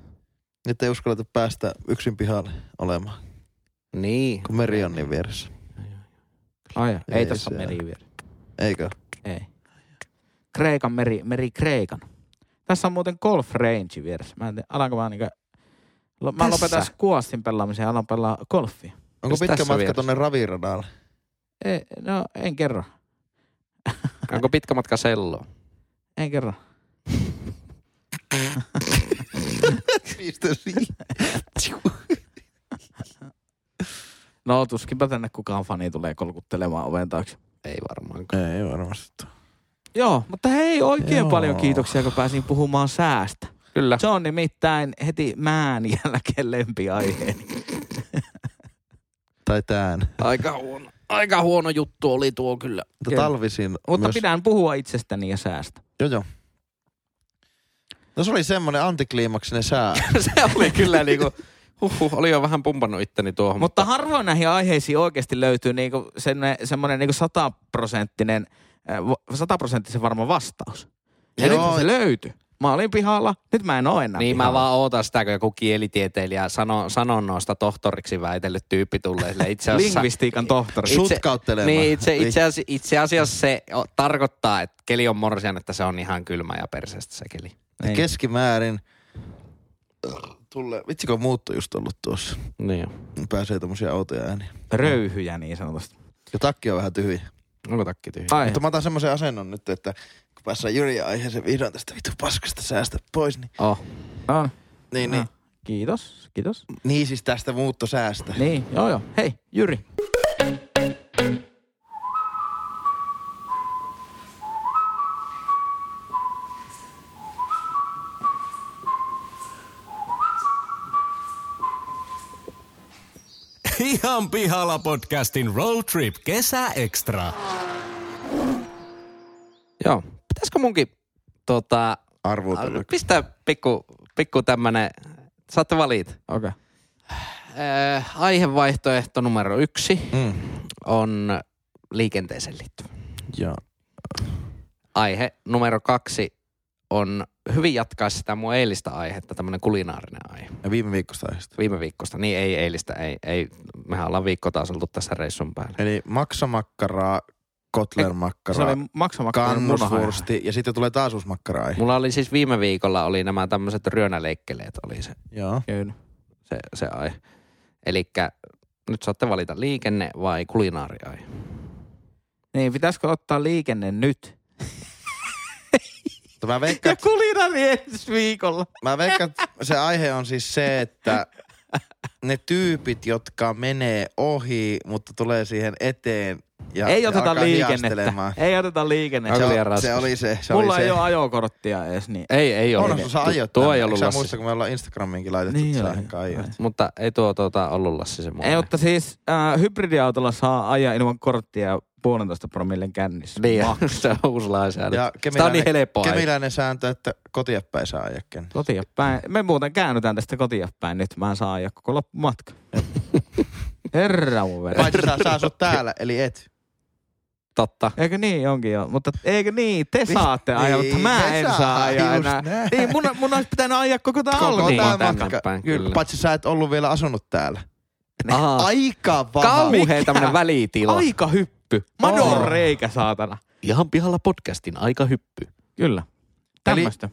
S3: Nyt ei uskalleta päästä yksin pihalle olemaan,
S1: Niin.
S3: kun meri on niin vieressä.
S2: Ai, ei,
S3: Ei
S2: ei tässä
S3: siellä.
S2: meri vielä.
S3: Eikö?
S2: Ei. Kreikan meri, meri Kreikan. Tässä on muuten golf range vieressä. Mä en tiedä, alanko mä niinku... Lo, mä
S1: Tässä?
S2: lopetan kuostin pelaamisen ja alan pelaa golfia.
S3: Onko
S1: Just
S3: pitkä
S1: tässä
S3: matka
S1: vieressä.
S3: tonne raviradalle?
S2: Ei, no, en kerro.
S1: Onko pitkä matka selloon?
S2: En kerro.
S3: Mistä si-
S2: No tuskinpä tänne kukaan fani tulee kolkuttelemaan oven taakse.
S1: Ei varmaankaan.
S3: Ei varmasti.
S2: Joo, mutta hei, oikein
S3: Joo.
S2: Joo. paljon kiitoksia, kun pääsin puhumaan säästä.
S1: Kyllä.
S2: Se on nimittäin heti mään jälkeen lempiaiheeni.
S3: Tai tään.
S1: Aika huono. Aika huono juttu oli tuo kyllä.
S3: Mutta
S2: Kyllä.
S3: talvisin
S2: Mutta
S3: myös...
S2: pidän puhua itsestäni ja säästä.
S3: Joo, joo. No se oli semmonen antikliimaksinen sää.
S1: se oli kyllä niinku... Huhhuh, oli jo vähän pumpannut itteni tuohon.
S2: Mutta harvoin näihin aiheisiin oikeasti löytyy niinku senne- semmoinen niinku sataprosenttinen, äh, va- sataprosenttisen varma vastaus. Ja
S3: Joo.
S2: nyt se löytyi. Mä olin pihalla, nyt mä en oo enää
S1: Niin mä
S2: pihalla.
S1: vaan ootan sitä, kun joku kielitieteilijä sano, sanonnoista tohtoriksi väitellyt tyyppi tulee sille itse asiassa.
S2: Lingvistiikan tohtori.
S1: Itse-
S3: Sutkauttelemaan.
S1: Niin, itse, itse, asiassa, itse asiassa se o, tarkoittaa, että keli on morsian, että se on ihan kylmä ja perseestä se keli.
S3: Ja
S2: Niin,
S3: Keskimäärin tulee, vitsikö on muutto just ollut tuossa.
S1: Niin
S3: Pääsee tommosia outoja ääniä.
S2: Röyhyjä niin sanotusti.
S3: Ja takki on vähän tyhjä.
S1: Onko takki tyhjä?
S2: Ai,
S3: Mutta mä otan semmoisen asennon nyt, että kun päästään Jyriä aiheeseen vihdoin tästä vitu paskasta säästä pois, niin...
S1: Oh.
S2: on.
S3: Niin,
S2: No.
S3: niin,
S2: Kiitos, kiitos.
S3: niin siis tästä muuttosäästä.
S2: Niin, joo joo. Hei, Jyri.
S4: Ihan pihalla podcastin Road Trip Kesä Extra.
S1: Joo. Pitäisikö munkin tota,
S3: Arvuutelu.
S1: pistää pikku, pikku tämmönen, saatte valita.
S2: Okei. Okay.
S1: Äh, aihevaihtoehto numero yksi
S3: Mm.
S1: on liikenteeseen liittyvä.
S3: Joo.
S1: Aihe numero kaksi on hyvin jatkaa sitä mun eilistä aihetta, tämmönen kulinaarinen aihe.
S3: Ja viime viikosta aiheesta.
S1: Viime viikosta, niin ei eilistä, ei, ei. Mehän ollaan viikko taas oltu tässä reissun päällä.
S3: Eli maksamakkaraa,
S2: Se
S3: kotlermakkaraa,
S2: oli maksamakkainen munahaja.
S3: kannusvursti ja sitten tulee taas uusi makkara
S1: Mulla oli siis viime viikolla oli nämä tämmöiset ryönäleikkeleet oli se,
S3: Joo.
S2: Kyllä.
S1: se, se aihe. Elikkä nyt saatte valita liikenne vai kulinaariaihe.
S2: Niin, pitäisikö ottaa liikenne nyt?
S3: Mutta Mä veikkaan, että-
S2: kulinari ensi viikolla.
S3: Mä veikkaan, että se aihe on siis se, että ne tyypit, jotka menee ohi, mutta tulee siihen eteen ja
S2: Ei
S3: ja
S2: oteta
S3: alkaa
S2: liikennettä.
S3: hiastelemaan.
S2: Ei oteta liikennettä.
S1: Onko
S3: Se,
S1: liian
S3: on, se
S1: raskas?
S3: oli se. se
S2: Mulla
S3: oli
S2: ei
S3: se.
S2: ole ajokorttia edes, niin
S1: Ei, ei ole.
S3: Onhan sun sä aiot
S1: Tuo ei
S3: tänne.
S1: ollut
S3: Eikö sä
S1: Lassi.
S3: muista, kun me ollaan Instagramiinkin laitettu,
S2: Niin
S3: niin, että
S2: oli,
S3: sä ehkä aiot.
S2: joo.
S1: Mutta ei tuo tuota, ollut Lassi se mun
S2: Ei,
S1: aihe.
S2: mutta siis äh, hybridiautolla saa ajaa ilman korttia ja puolentoista promillen kännissä.
S1: Niin,
S2: Ma-
S1: se on uusi lainsäädäntö.
S3: Ja
S1: Tämä on niin
S3: kemiläinen,
S1: helppoa.
S3: kemiläinen sääntö, että kotia päin saa ajaa kenen.
S2: Kotia päin. Me muuten käännytään tästä kotia päin nyt. Mä en saa ajaa koko loppumatka. Herra mun verran.
S3: Paitsi sä, sä asut täällä, eli et.
S1: Totta.
S2: Eikö niin onkin jo? Mutta eikö niin? Te saatte ajaa, mutta
S3: Niin,
S2: mä
S3: te
S2: en
S3: saa,
S2: saa ajaa
S3: just
S2: enää.
S3: näin.
S2: Niin, mun, mun olisi pitänyt ajaa koko tää
S3: Koko
S2: alku.
S1: Niin,
S3: tää
S1: tänne
S3: matka.
S1: päin,
S3: Kyllä.
S1: kyllä.
S3: Paitsi sä et ollut vielä asunut täällä.
S1: Aha.
S3: Aika paha.
S1: Kauhea tämmönen välitila.
S2: Aika hyppy. Madon
S3: Oh.
S2: reikä, saatana.
S1: Ihan pihalla podcastin aika hyppy.
S2: Kyllä. Tämmöstä.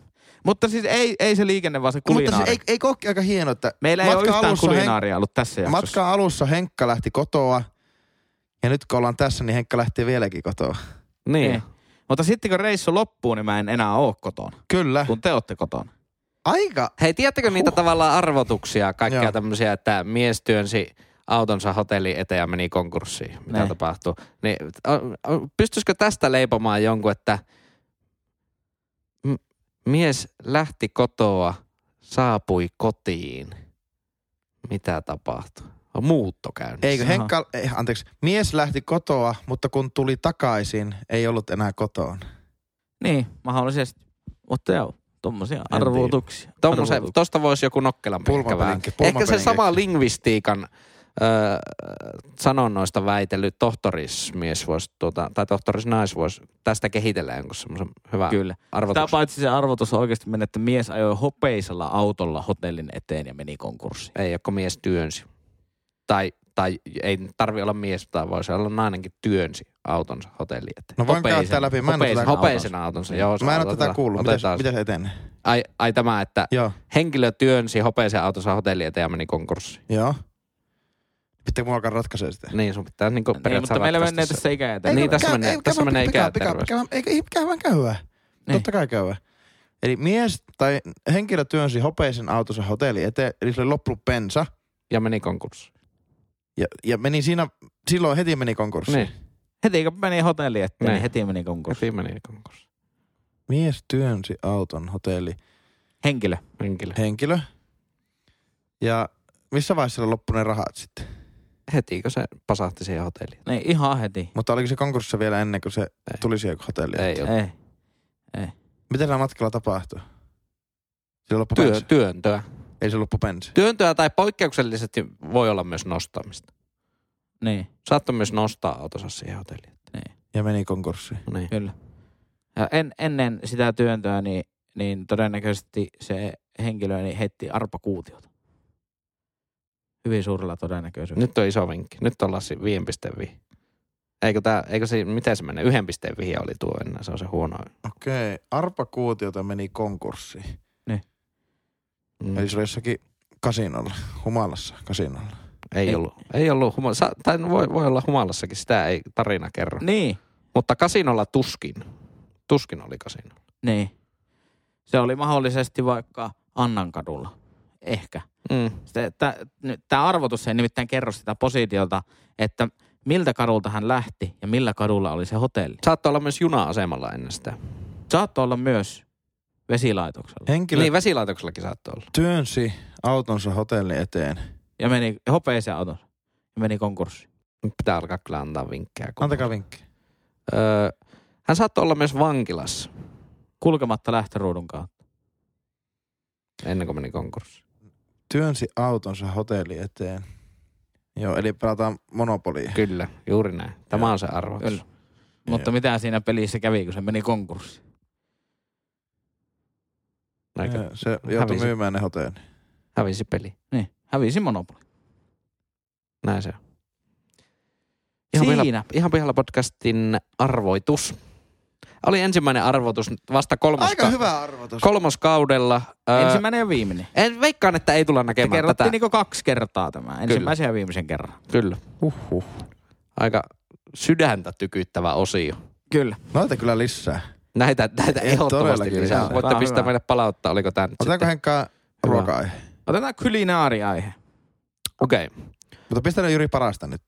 S2: Mutta siis ei, ei se liikenne, vaan se
S3: Mutta se,
S2: kulinaari.
S3: ei, ei kokki aika hieno, että
S2: Meillä ei ole
S3: matka
S2: yhtään
S3: alussa hen-
S2: kulinaaria ollut tässä jaksossa.
S3: Matkan alussa Henkka lähti kotoa. Ja nyt kun ollaan tässä, niin Henkka lähtee vieläkin kotoa.
S1: Niin.
S2: Ei. Mutta sitten kun reissu loppuu, niin mä en enää oo kotona.
S3: Kyllä.
S2: Kun te ootte kotona.
S3: Aika.
S1: Hei, tiedättekö niitä tavallaan arvotuksia, kaikkea
S3: Joo.
S1: tämmöisiä, että mies työnsi autonsa hotelli eteen ja meni konkurssiin, mitä
S2: Näin.
S1: tapahtuu. Niin, o- o- pystyisikö tästä leipomaan jonkun, että m- mies lähti kotoa, saapui kotiin, mitä tapahtui? On Muutto käynnissä.
S3: Eikö
S2: Aha.
S3: Henkka, eh, anteeksi, mies lähti kotoa, mutta kun tuli takaisin, ei ollut enää kotoon.
S2: Niin, mahdollisesti. Mutta joo, tommosia
S3: tiedä.
S2: arvoituksia.
S1: Tuommoisen,
S2: Arvoituksia.
S1: tosta voisi joku nokkelan ehkä, vähän.
S3: Pulmapelinkki-
S1: ehkä se
S3: pulmapelinkki.
S1: sama lingvistiikan ö, sanonnoista väitellyt tohtorismies voisi, tuota, tai tohtorisnais voisi tästä kehitellä jonkun semmoisen hyvän
S2: Kyllä. Tämä
S1: arvotuksen.
S2: paitsi se arvotus on oikeasti meni, että mies ajoi hopeisella autolla hotellin eteen ja meni konkurssiin.
S1: Ei, joko mies työnsi. Tai, tai ei tarvi olla mies, tai voisi olla nainenkin työnsi autonsa hotelliin. eteen.
S3: No voin käydä
S2: Hopeisen-
S3: tää läpi. Mä en, ole
S2: hopeisen
S3: tätä,
S1: Hopeisen autonsa, joo. se
S3: mä en ole
S1: auto-
S3: tätä kuullut. Miten,
S1: otetaan se.
S3: miten se etenee?
S1: Ai, ai tämä, että
S3: Joo,
S1: henkilö työnsi hopeisen autonsa hotelliin eteen ja meni konkurssiin.
S3: joo. Pitää mua alkaa ratkaisee sitä.
S1: Niin, sun pitää niin
S2: Niin, mutta meillä
S1: ratkaista
S2: menee
S1: se.
S2: tässä ikää
S1: Ei,
S2: eteen.
S1: Niin,
S3: kun
S1: tässä
S3: käy-
S1: menee-
S3: ei,
S1: tässä
S3: käy-
S1: menee
S3: pika-
S1: ikää
S3: pika-
S1: terveys.
S3: pika- Eikä ei- käyhän käyhä.
S2: Niin.
S3: Totta kai käyhä. Eli mies tai henkilö työnsi hopeisen autonsa hotelli eteen, eli sille loppu bensa,
S1: Ja meni konkurssiin.
S3: ja, ja meni siinä, silloin heti meni konkurssiin.
S1: Niin,
S2: Heti kun meni hotelliin eteen,
S1: Niin.
S2: niin heti meni konkurssiin.
S1: heti meni konkurssiin.
S3: Mies työnsi auton hotelli
S2: Henkilö.
S1: Henkilö.
S3: henkilö, ja missä vaiheessa sillä loppui ne rahat sitten?
S1: Heti, kun se pasahti siihen hotelliin.
S2: Niin, ihan heti.
S3: Mutta oliko se konkurssissa vielä ennen kuin se
S1: Ei.
S3: tuli siihen hotelliin?
S1: Ei ole.
S2: Ei.
S3: Mitä siinä matkalla tapahtui? Sillä loppui
S1: Työ,
S3: bensa.
S1: työntöä.
S3: Ei se loppu bensa.
S1: Työntöä tai poikkeuksellisesti voi olla myös nostamista.
S2: Niin,
S1: Saattoi myös nostaa autonsa siihen hotelliin.
S3: Ja meni konkurssiin.
S1: No niin.
S2: kyllä. Ja en, ennen sitä työntöä, niin, niin todennäköisesti se henkilö niin heitti arpakuutiota. Hyvin suurella todennäköisyydellä.
S1: Nyt on iso vinkki. Nyt ollaan si- 5,5. Eikö, tää, eikö se, miten se menee? 1,5 oli tuo ennen, se on se huono.
S3: Okei, Arpa Kuutiota meni konkurssiin.
S1: Mm.
S3: Eli se oli jossakin kasinolla, humalassa kasinolla.
S1: ei,
S2: ei-
S1: ollut. Ei ollut huma- sa- tai no voi, voi olla humalassakin, sitä ei tarina kerro.
S2: Niin,
S1: Mutta kasinolla tuskin. Tuskin oli kasino.
S2: niin. Se oli mahdollisesti vaikka Annankadulla. Ehkä.
S1: Mm.
S2: Tämä arvotus ei nimittäin kerro sitä positiolta, että miltä kadulta hän lähti ja millä kadulla oli se hotelli.
S1: Saattoi olla myös juna-asemalla ennen sitä.
S2: Saattoi olla myös vesilaitoksella.
S3: Henkilö
S1: Niin, vesilaitoksellakin saattoi olla.
S3: työnsi autonsa hotellin eteen.
S2: Ja meni hopeisen auton. Ja meni konkurssi.
S1: Nyt Pitää alkaa kyllä antaa vinkkejä. kun-
S3: Antakaa vinkki.
S1: Öö, hän saattoi olla myös vankilassa
S2: Kulkematta lähtöruudun kautta.
S1: ennen kuin meni konkurssi.
S3: Työnsi autonsa hotellin eteen. Joo, eli pelataan monopolia.
S1: Kyllä, juuri näin. Tämä on se arvotus.
S2: Kyllä. Mutta
S3: Joo.
S2: mitä siinä pelissä kävi, kun se meni konkurssi?
S1: Aika
S3: Joo, Se joutui
S1: Hävisi.
S3: myymään ne hotellin.
S1: hävisi peli.
S2: Niin, hävisi monopoli.
S1: Näin se on. Ihan
S2: Ihan
S1: vielä-
S2: Siinä.
S1: Ihan pihalla podcastin arvoitus. Oli ensimmäinen arvotus vasta
S3: Aika
S1: kolmoska-
S3: hyvä arvotus.
S1: kolmoskaudella. Öö,
S2: Vielä... Ensimmäinen ja viimeinen.
S1: en veikkaan, että ei tulla
S2: Se
S1: näkemään tätä.
S2: kerrottiin niinku kaksi kertaa tämä. Ensimmäisen ja viimeisen kerran.
S1: Kyllä.
S3: Uhuh.
S1: Aika sydäntä tykyttävä osio.
S2: Kyllä.
S3: Noita kyllä lisää.
S1: Näitä, näitä
S3: Ei,
S1: ehdottomasti
S3: todellakin
S1: lisää.
S3: lisää.
S1: Voitte
S2: Tää on
S1: pistää
S2: hyvä.
S1: meille palauttaa, oliko tämä nyt
S3: Otetaanko
S1: sitten.
S3: Henkkaa
S1: Hyvä.
S3: ruoka
S2: Otetaan kulinaariaihe.
S1: Okei, okay.
S3: Mutta pistä ne Jyri parasta nyt.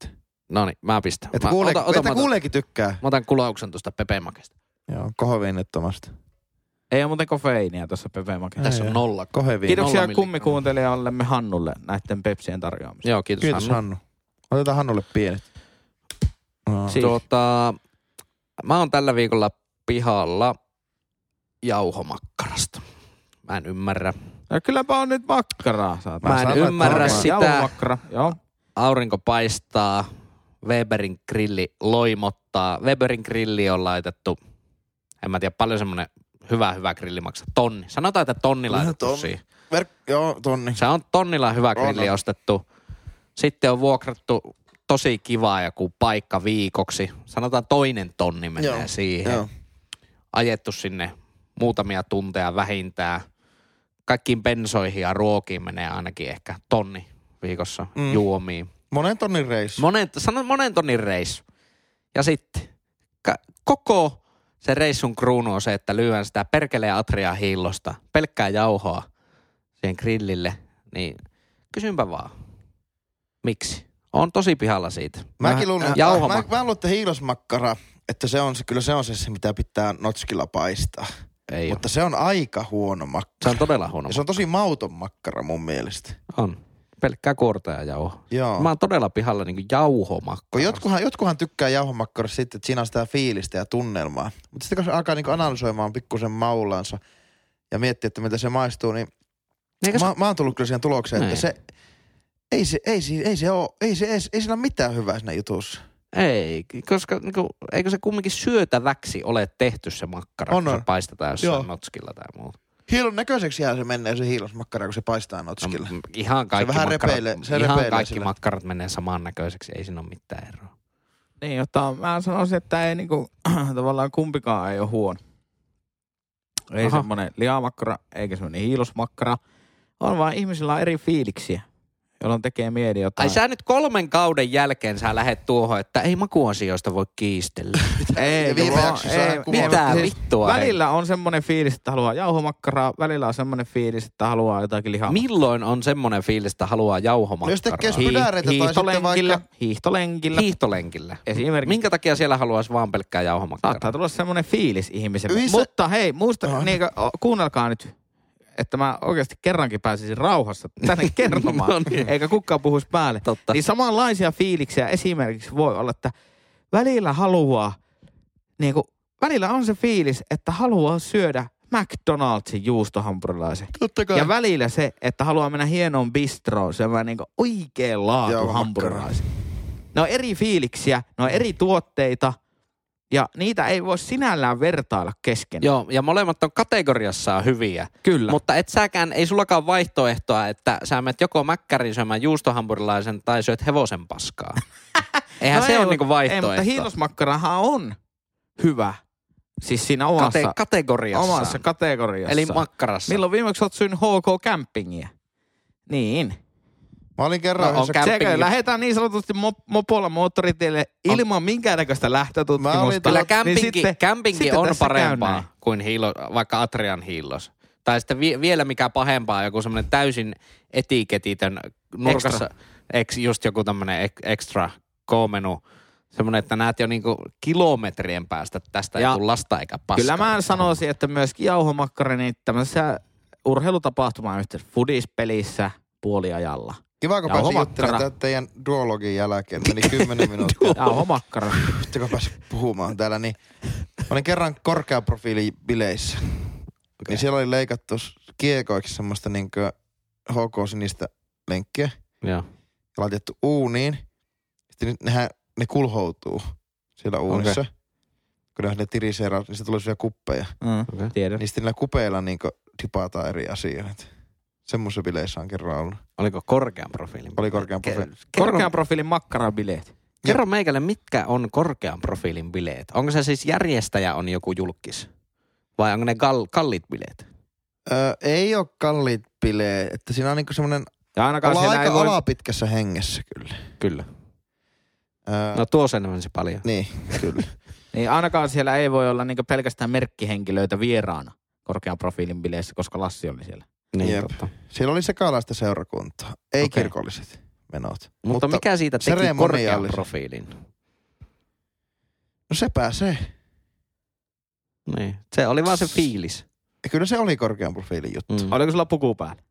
S1: no niin, mä pistän.
S3: Että,
S1: mä,
S3: kuulee,
S1: ota, ota,
S3: että
S1: mä, otan,
S3: kuuleekin tykkää.
S1: mä otan kulauksen tuosta Pepe Makesta.
S3: Joo, kohoviinettomasta.
S2: Ei ole muuten kofeiinia tuossa Pepe Makea.
S1: Tässä on
S3: Ei, ei.
S1: nolla.
S3: Koheviin.
S1: Kiitos.
S2: Kiitoksia
S1: milligrammaa.
S2: kummikuuntelijallemme Hannulle näiden Pepsien tarjoamisesta.
S1: Joo, kiitos,
S3: Kiitos
S1: Hannu.
S3: Hannu. Otetaan Hannulle pienet. No.
S2: Si-
S1: Tuota, mä oon tällä viikolla pihalla jauhomakkarasta. Mä en ymmärrä.
S2: No kylläpä on nyt makkaraa. Saat
S1: Mä en
S3: sanoin, että
S1: ymmärrä
S3: varmaan.
S1: sitä.
S2: Jauhomakkara, joo.
S1: Aurinko paistaa, Weberin grilli loimottaa. Weberin grilli on laitettu, en mä tiedä paljon semmonen hyvä hyvä grilli maksaa. Tonni. Sanotaan, että tonni laitettu
S3: tonni.
S1: siihen.
S3: No. Verk- joo, tonni.
S1: Se on tonnilla hyvä grilli
S3: On.
S1: ostettu. Sitten on vuokrattu tosi kivaa joku paikka viikoksi. Sanotaan toinen tonni menee
S3: Joo,
S1: siihen.
S3: Joo.
S1: ajettu sinne muutamia tunteja vähintään. Kaikkiin bensoihin ja ruokiin menee ainakin ehkä tonni viikossa mm.
S3: Mm.
S1: juomiin.
S3: Monen tonnin reissu.
S1: Monen, sanon monen tonnin reissu. Ja sitten ka- koko se reissun kruunu on se, että lyön sitä perkeleen atriaa hiillosta, pelkkää jauhoa siihen grillille. Niin kysynpä vaan, miksi? On tosi pihalla siitä.
S3: Mäkin luulen, että, mä,
S1: jauhomakkara.
S3: mä luulen, että hiilosmakkara, että se on se, kyllä se on se, se, mitä pitää notskilla paistaa.
S1: Ei
S3: Mutta se on aika huono makkara.
S1: Se on todella huono.
S3: Ja se on tosi mauton makkara mun mielestä.
S1: on. Pelkkää kuorta ja jauho.
S3: Joo.
S1: Mä oon todella pihalla niinku jauhomakka.
S3: Kun jotkuhan, jotkuhan tykkää jauhomakkarasta sitten, että siinä on sitä fiilistä ja tunnelmaa. Mutta sitten kun se alkaa niinku analysoimaan pikkusen maulansa ja miettiä, että mitä se maistuu, niin
S1: Eikä se-
S3: mä, mä oon tullut kyllä siihen tulokseen, että
S1: Niin.
S3: se ei se, ei, se, ei se oo, ei se, ei, se- ei sillä ole mitään hyvää siinä jutussa.
S1: Ei, koska niinku, eikö se kumminkin syötäväksi ole tehty se makkara,
S3: On,
S1: kun se
S3: on.
S1: paistetaan jossain
S3: Joo.
S1: notskilla tai muuta.
S3: Hiilon näköiseksi jää se menee se hiilosmakkara, kun se paistaa notskilla.
S1: No, m- ihan kaikki,
S3: vähän
S1: makkarat,
S3: repeilee- se
S1: ihan
S3: repeilee
S1: kaikki
S3: sillä.
S1: makkarat menee samannäköiseksi, ei siinä ole mitään eroa.
S2: Niin, jota mä sanoisin, että ei niinku, tavallaan kumpikaan ei ole huono. Ei
S1: Aha.
S2: semmoinen liamakkara, eikä semmoinen hiilosmakkara. On vaan ihmisillä on eri fiiliksiä, jolloin tekee mieli jotain.
S1: Ai sä nyt kolmen kauden jälkeen sä lähet tuohon, että ei makuasioista voi kiistellä.
S2: ei,
S3: Ja viime
S2: kun-
S3: jaksossa
S2: ei,
S3: kuvattiin-
S1: Mitä
S2: Siis
S1: vittua? hei?
S2: Välillä on semmoinen fiilis, että haluaa jauhomakkaraa, välillä on semmoinen fiilis, että haluaa jotakin lihaa.
S1: Milloin on semmoinen fiilis, että haluaa
S3: No jos
S1: jauhomakkaraa?
S3: tekee spydäreitä tai sitten
S2: hiihtolenkillä,
S3: vaikka...
S2: hiihtolenkillä.
S1: Hiihtolenkillä.
S2: Esimerkiksi.
S1: Minkä takia siellä haluaisi vaan pelkkää
S2: Saattaa
S1: jauhomakkaraa?
S2: tulla semmoinen fiilis ihmiselle.
S3: Yhdessä-
S2: Mutta hei, muista,
S1: Ah.
S3: Aha.
S2: niin, kuunnelkaa nyt, että mä oikeasti kerrankin pääsisin rauhassa tänne kertomaan,
S1: No niin.
S2: eikä kukaan puhuisi päälle.
S1: Totta.
S2: Niin samanlaisia fiiliksiä esimerkiksi voi olla, että välillä haluaa, niin kuin, välillä on se fiilis, että haluaa syödä McDonald'sin juustohampurilaisen.
S3: Totta
S2: Ja välillä se, että haluaa mennä hienoon bistroon syömään niinku oikein laatu
S3: Joo,
S2: hampurilaisia. Ne on eri fiiliksiä, ne on eri tuotteita ja niitä ei voi sinällään vertailla keskenään.
S1: Joo, ja molemmat on kategoriassaan hyviä.
S2: Kyllä.
S1: Mutta et säkään, ei sullakaan vaihtoehtoa, että sä menet joko mäkkärin syömään juustohampurilaisen tai syöt hevosen paskaa. Eihän no se ei, ole niinku vaihtoehto.
S2: Ei, mutta hiilosmakkarahan on hyvä. Siis siinä omassa,
S1: Kate- kategoriassa.
S2: omassa kategoriassa.
S1: Eli makkarassa.
S2: Milloin viimeksi oot syyn HK Campingia? Niin.
S3: Mä olin kerran
S1: No, on
S3: yhdessä-
S1: kä- Campingi.
S2: Sekä lähdetään niin sanotusti mop- mopolla moottoritielle ilman minkäännäköistä lähtötutkimusta.
S3: Mä olin
S1: Kyllä
S3: Niin
S1: kämpinki, niin
S2: sitten-
S1: kämpinki
S2: sitten
S1: on
S2: tässä käy
S1: parempaa
S2: näin.
S1: kuin hiilo, vaikka Atrian hiillos. Tai sitten vi, vielä mikä pahempaa, joku semmoinen täysin etiketitön nurkassa, ex, just joku tämmöinen ek, extra koomenu. Semmoinen, että näet jo niinku kilometrien päästä, että tästä ja
S2: Ja
S1: ei tule lasta eikä paskaa.
S2: Kyllä mä sanoisin, että myöskin jauhomakkari, niin tämmöisessä urheilutapahtumaan yhteydessä fudispelissä puoliajalla.
S3: Kiva, kun
S2: Ja
S3: pääsin
S2: homakkara.
S3: juttelemaan tämän teidän duologin jälkeen. Meni kymmenen minuuttia.
S2: Jauhomakkara.
S3: Sitten kun pääsin puhumaan täällä, niin mä olin kerran korkeaprofiilibileissä. Okay. Niin siellä oli leikattu s- kiekoiksi semmoista niin HK-sinistä lenkkiä
S1: Joo.
S3: ja laitettu uuniin. Sitten nyt nehän, ne kulhoutuu siellä uunissa. Okay. Kun ne- ne tirisee, ra- niin se tulee vielä kuppeja.
S2: Mm,
S1: Okei.
S2: tiedän.
S3: Niin sitten niillä kupeilla niin tipataan eri asioita. Semmoisessa bileissä on kerran ollut.
S1: Oliko korkean profiilin?
S3: Oli korkean profiili.
S1: Kerro,
S2: Korkean profiilin makkarabileet.
S1: kerro meikälle, mitkä on korkean profiilin bileet? Onko se siis järjestäjä on joku julkis? Vai onko ne kal- kalliit bileet?
S3: Öö, ei ole kalliit bileet, että siinä on niinku semmoinen,
S2: Ja ainakaan
S3: ollaan
S2: siellä ei
S3: aika
S2: voi...
S3: alapitkässä hengessä kyllä.
S1: Kyllä.
S3: Öö,
S1: No tuo sen se paljon.
S3: Niin, kyllä.
S2: Niin ainakaan siellä ei voi olla niinku pelkästään merkkihenkilöitä vieraana korkean profiilin bileissä, koska Lassi oli siellä.
S1: Niin,
S3: Jep.
S1: totta.
S3: Siellä oli sekalaista seurakuntaa, ei
S1: Okei.
S3: okay. kirkolliset menot.
S1: Mutta, mikä siitä teki korkean
S3: seremoniallisen.
S1: profiilin?
S3: No sepä se.
S1: Niin. Se oli vaan se fiilis.
S3: Ja kyllä se oli korkean profiilin juttu.
S1: Mm.
S2: Oliko sulla puku päällä?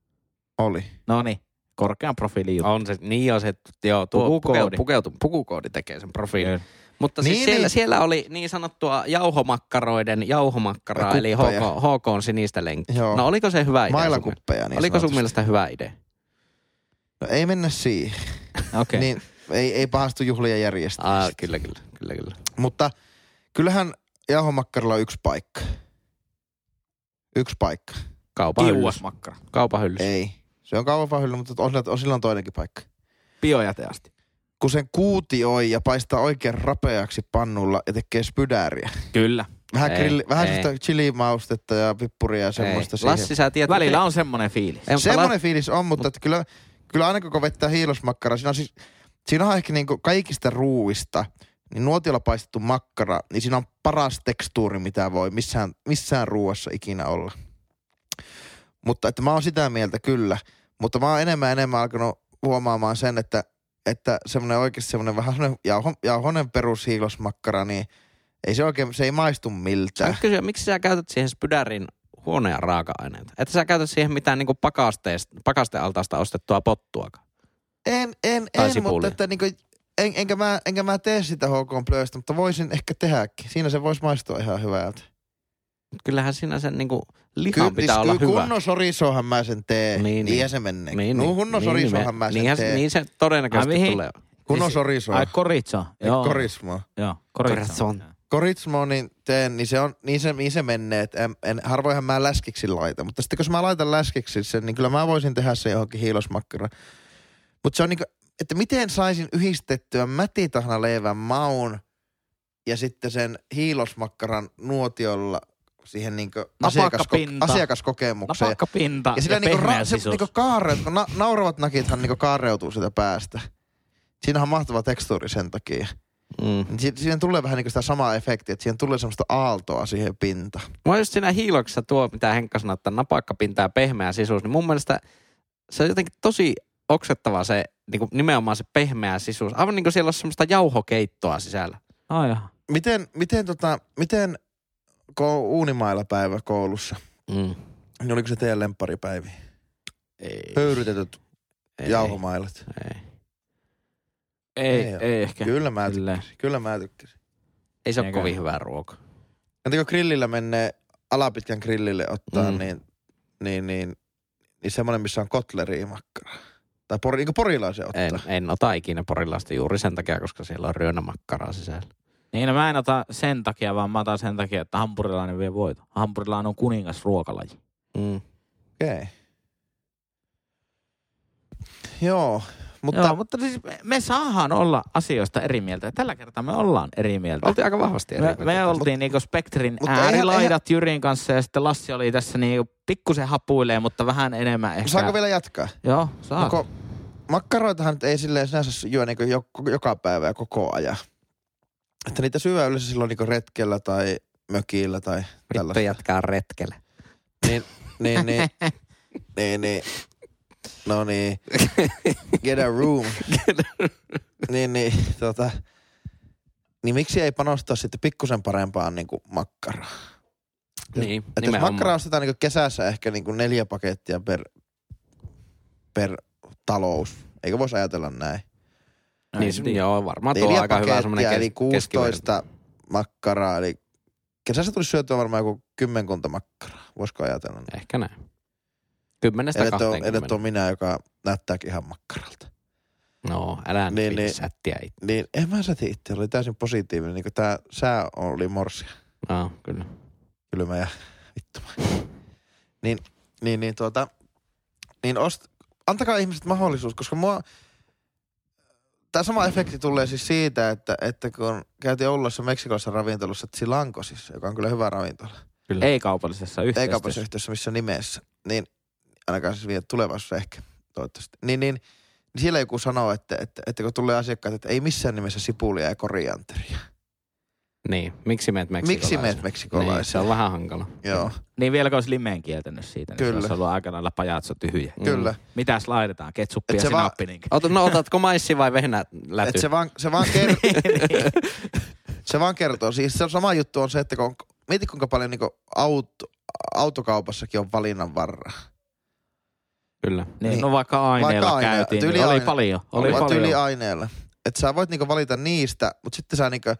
S3: Oli.
S2: No niin, korkean profiilin juttu.
S1: On se, niin on se, joo, tuo
S2: Pukukoodi.
S1: pukukoodi. Pukeutu, pukukoodi tekee sen profiilin.
S2: Kyllä.
S1: Mutta siis
S3: Niin,
S1: siellä,
S3: niin.
S1: siellä, oli niin sanottua jauhomakkaroiden jauhomakkaraa,
S3: Ja
S1: eli HK,
S3: kuppeja.
S1: HK on sinistä lenkkiä.
S3: Joo.
S1: No oliko se hyvä idea? sun mielestä?
S3: Mailakuppeja niin
S1: oliko sun
S3: sanotusti.
S1: mielestä hyvä idea?
S3: No ei mennä siihen.
S2: Okei.
S3: Okay. Niin ei, ei pahastu juhlien järjestäjistä.
S1: Ah, kyllä, kyllä, kyllä, kyllä.
S3: Mutta kyllähän jauhomakkarilla on yksi paikka. Yksi paikka.
S1: Kaupan hyllys.
S2: Kiuasmakkara.
S1: Kaupan hyllys.
S3: Ei. Se on kaupan hyllyllä, mutta on, sillä- on, sillä on toinenkin paikka.
S2: Biojäteasti.
S3: kun sen kuutioi ja paistaa oikein rapeaksi pannulla ja tekee spydääriä.
S2: Kyllä.
S3: Vähän,
S1: Ei,
S3: grilli, vähän
S1: ei.
S3: sellaista chilimaustetta ja pippuria ja semmoista
S1: Ei.
S3: siihen.
S1: Lassi, sä tiedät.
S2: Välillä on semmoinen fiilis.
S1: Ei, mutta
S3: Semmoinen
S1: Lassi-
S3: fiilis on, mutta että kyllä, kyllä aina kun vettää hiilosmakkara, siinä on siis, siinä on ehkä niinku kaikista ruuista, niin nuotiolla paistettu makkara, niin siinä on paras tekstuuri, mitä voi missään, missään ruuassa ikinä olla. Mutta että mä oon sitä mieltä kyllä, mutta mä oon enemmän ja enemmän alkanut huomaamaan sen, että, että semmoinen oikeasti semmoinen vähän semmoinen jauho, jauhonen perushiilosmakkara, niin Ei se oikein, se ei maistu miltään.
S1: Saanko kysyä, miksi sä käytät siihen spydärin huoneen raaka-aineita? Että sä käytät siihen mitään niin pakasteesta, pakastealtaasta ostettua pottuakaan.
S3: En, en,
S1: Tai
S3: en, mutta
S1: sipulia.
S3: että niinku, en, enkä, mä, enkä mä tee sitä HK Plöstä, mutta voisin ehkä tehdäkin. Siinä se voisi maistua ihan hyvältä.
S1: Mut Kyllähän siinä sen niin kuin
S3: Kyllä,
S1: lihan
S3: siis
S1: pitää olla
S3: kyllä
S1: hyvä.
S3: kunnosorisohan mä sen teen.
S1: Niin,
S3: Niin,
S1: niin.
S3: niin. se menee. Niin,
S1: niin,
S3: no,
S1: niin,
S3: kunnosorisohan
S1: niin,
S3: mä sen
S1: niinhän-
S3: teen. Niin,
S1: Niin siis- se todennäköisesti
S2: Ai mihin?
S1: tulee.
S3: kunnosorisoa.
S2: Ai koritsa.
S3: Joo.
S2: Joo.
S3: Korismaa.
S2: Joo, koritsa.
S1: Koritson.
S3: Koritsmo, niin teen, niin se, on, niin se, niin se menee. Et en, en, harvoinhan mä läskiksi laita, mutta sitten kun mä laitan läskiksi sen, niin kyllä mä voisin tehdä se johonkin hiilosmakkaran. Mutta se on niinku, että miten saisin yhdistettyä mätitahnaleivän maun ja sitten sen hiilosmakkaran nuotiolla siihen niinku
S2: No
S3: asiakasko-
S2: Napakkapinta.
S3: asiakaskokemukseen.
S2: Napakkapinta
S3: Ja sillä
S2: No ja,
S3: niinku,
S2: pehmeä
S3: ra- se,
S2: sisus.
S3: niinku kaare, kun na- nauravat nakithan niinku kaareutuu sitä päästä. Siinähän on mahtava tekstuuri sen takia.
S1: Mm.
S3: Si- Siihen tulee vähän niin sitä samaa efektiä, että siihen tulee semmoista aaltoa siihen pintaan.
S1: Mua just siinä hiiloksessa tuo, mitä Henkka sanoi, että napakkapinta ja pehmeä sisuus, niin mun mielestä se on jotenkin tosi oksettava se niin kuin nimenomaan se pehmeä sisuus. Aivan niin kuin siellä olisi semmoista jauhokeittoa sisällä.
S2: Ai jaha.
S3: Miten, miten, tota, miten ko- uunimailla päivä koulussa,
S1: Mm.
S3: niin oliko se teidän lempparipäivi?
S1: Ei,
S3: Pöyrytetyt
S1: ei,
S3: jauhomailat.
S1: ei.
S2: Ei,
S3: Ei
S2: ei,
S3: oo.
S2: ei ehkä.
S3: Kyllä mä, ty-
S2: Silleen.
S3: kyllä mä tykkäsin.
S1: ei se ole
S2: Eikä.
S1: kovin hyvää ruokaa.
S3: Entä kun grillillä menee, alapitkän grillille
S1: Mm.
S3: ottaa, mm. niin, niin, niin, niin semmoinen, missä on kotleria makkaraa. Tai pori, niin porilaisen ottaa.
S1: En, en ota ikinä porilaista juuri sen takia, koska siellä on ryönämakkaraa sisällä.
S2: Niin, no mä en ota sen takia, vaan mä otan sen takia, että hampurilainen vie voiton. Hampurilainen on kuningas ruokalaji.
S1: Mm.
S3: Okei. Okay. Joo, mutta...
S2: Joo, mutta siis me, me saadaan olla asioista eri mieltä. Ja tällä kertaa me ollaan eri mieltä.
S1: Oltiin aika vahvasti eri
S2: Me,
S1: mieltä
S2: me
S1: tästä.
S2: oltiin niinku spektrin
S3: mutta eihän-
S2: äärilaidat Jyrin kanssa ja sitten Lassi oli tässä niinku pikkusen hapuilee, mutta vähän enemmän ehkä.
S3: Saanko vielä jatkaa?
S2: Joo, saa.
S3: Onko, No makkaroitahan nyt ei silleen sinänsä juo niin jo, joka päivä ja koko ajan. Että niitä syö yleensä silloin niin retkellä tai mökillä tai
S1: Vittu
S3: tällaista.
S1: jatkaa retkelle.
S3: Niin, niin, niin, niin, niin. No niin. Get a room. niin, niin, tota. Niin miksi ei panostaa sitten pikkusen parempaan niin kuin makkaraan?
S1: Niin,
S3: Että jos makkaraa ostetaan niin kesässä ehkä niin kuin neljä pakettia per, per talous. Eikö voisi ajatella näin?
S1: Niin, se- joo, varmaan tuo on
S3: Neljä
S1: aika hyvä
S3: pakettia,
S1: semmoinen
S3: eli 16 makkaraa. Eli kesässä tulisi syötyä varmaan joku kymmenkunta makkaraa. Voisiko ajatella näin?
S1: Ehkä näin. Kymmenestä
S3: Edet on, edet
S1: kahteenkymmeneen.
S3: on minä, joka näyttääkin ihan makkaralta.
S1: No, älä nyt
S3: Niin,
S1: niin,
S3: niin.
S1: sättiä itse.
S3: Niin en mä säti itse, oli täysin positiivinen. Niin kuin tää sää oli morsia,
S1: No, kyllä.
S3: kylmä ja vittuma. niin, niin, niin tuota, niin ost, antakaa ihmiset mahdollisuus, koska mua, tämä sama efekti tulee siis siitä, että, että kun käytiin Oulussa Meksikossa ravintolassa Chilankosissa, joka on kyllä hyvä ravintola.
S2: Ei kaupallisessa
S3: Ei
S2: yhteistyössä.
S3: kaupassa yhteydessä missä nimessä. Niin, ainakaan siis vielä tulevaisuudessa ehkä, toivottavasti. Niin, niin, niin siellä joku sanoo, että, että, että kun tulee asiakkaat, että ei missään nimessä sipulia ja korianteria.
S1: Niin, miksi meet meksikolaisen?
S3: Miksi meet
S1: Niin, se
S3: meksikolaisen?
S1: on vähän hankala.
S3: Niin, Joo,
S2: Niin vieläkö olisi limeen kieltänyt siitä, niin
S3: Kyllä.
S2: Kyllä. se olisi ollut aika lailla pajatso tyhjä.
S1: Mm.
S3: kyllä.
S2: Mitäs laitetaan? Ketsuppia
S3: Et
S2: ja
S3: se vaan-
S2: sinappi. niinkö?
S1: Ota, no otatko maissi vai vehnä läty?
S3: Että se vaan, se vaan kertoo. se vaan kertoo. Siis se sama juttu on se, että kun, mieti kuinka paljon niin auto, autokaupassakin on valinnan varraa.
S1: Kyllä.
S2: Niin,
S3: Niin.
S2: no vaikka aineella
S3: Vaikka aine-
S2: käytiin,
S3: tyyli
S2: niin oli
S3: aine-
S2: paljon. Oli,
S3: Vaan
S2: paljon.
S3: tyyliaineella. Että sä voit niinku valita niistä, mutta sitten sä niinku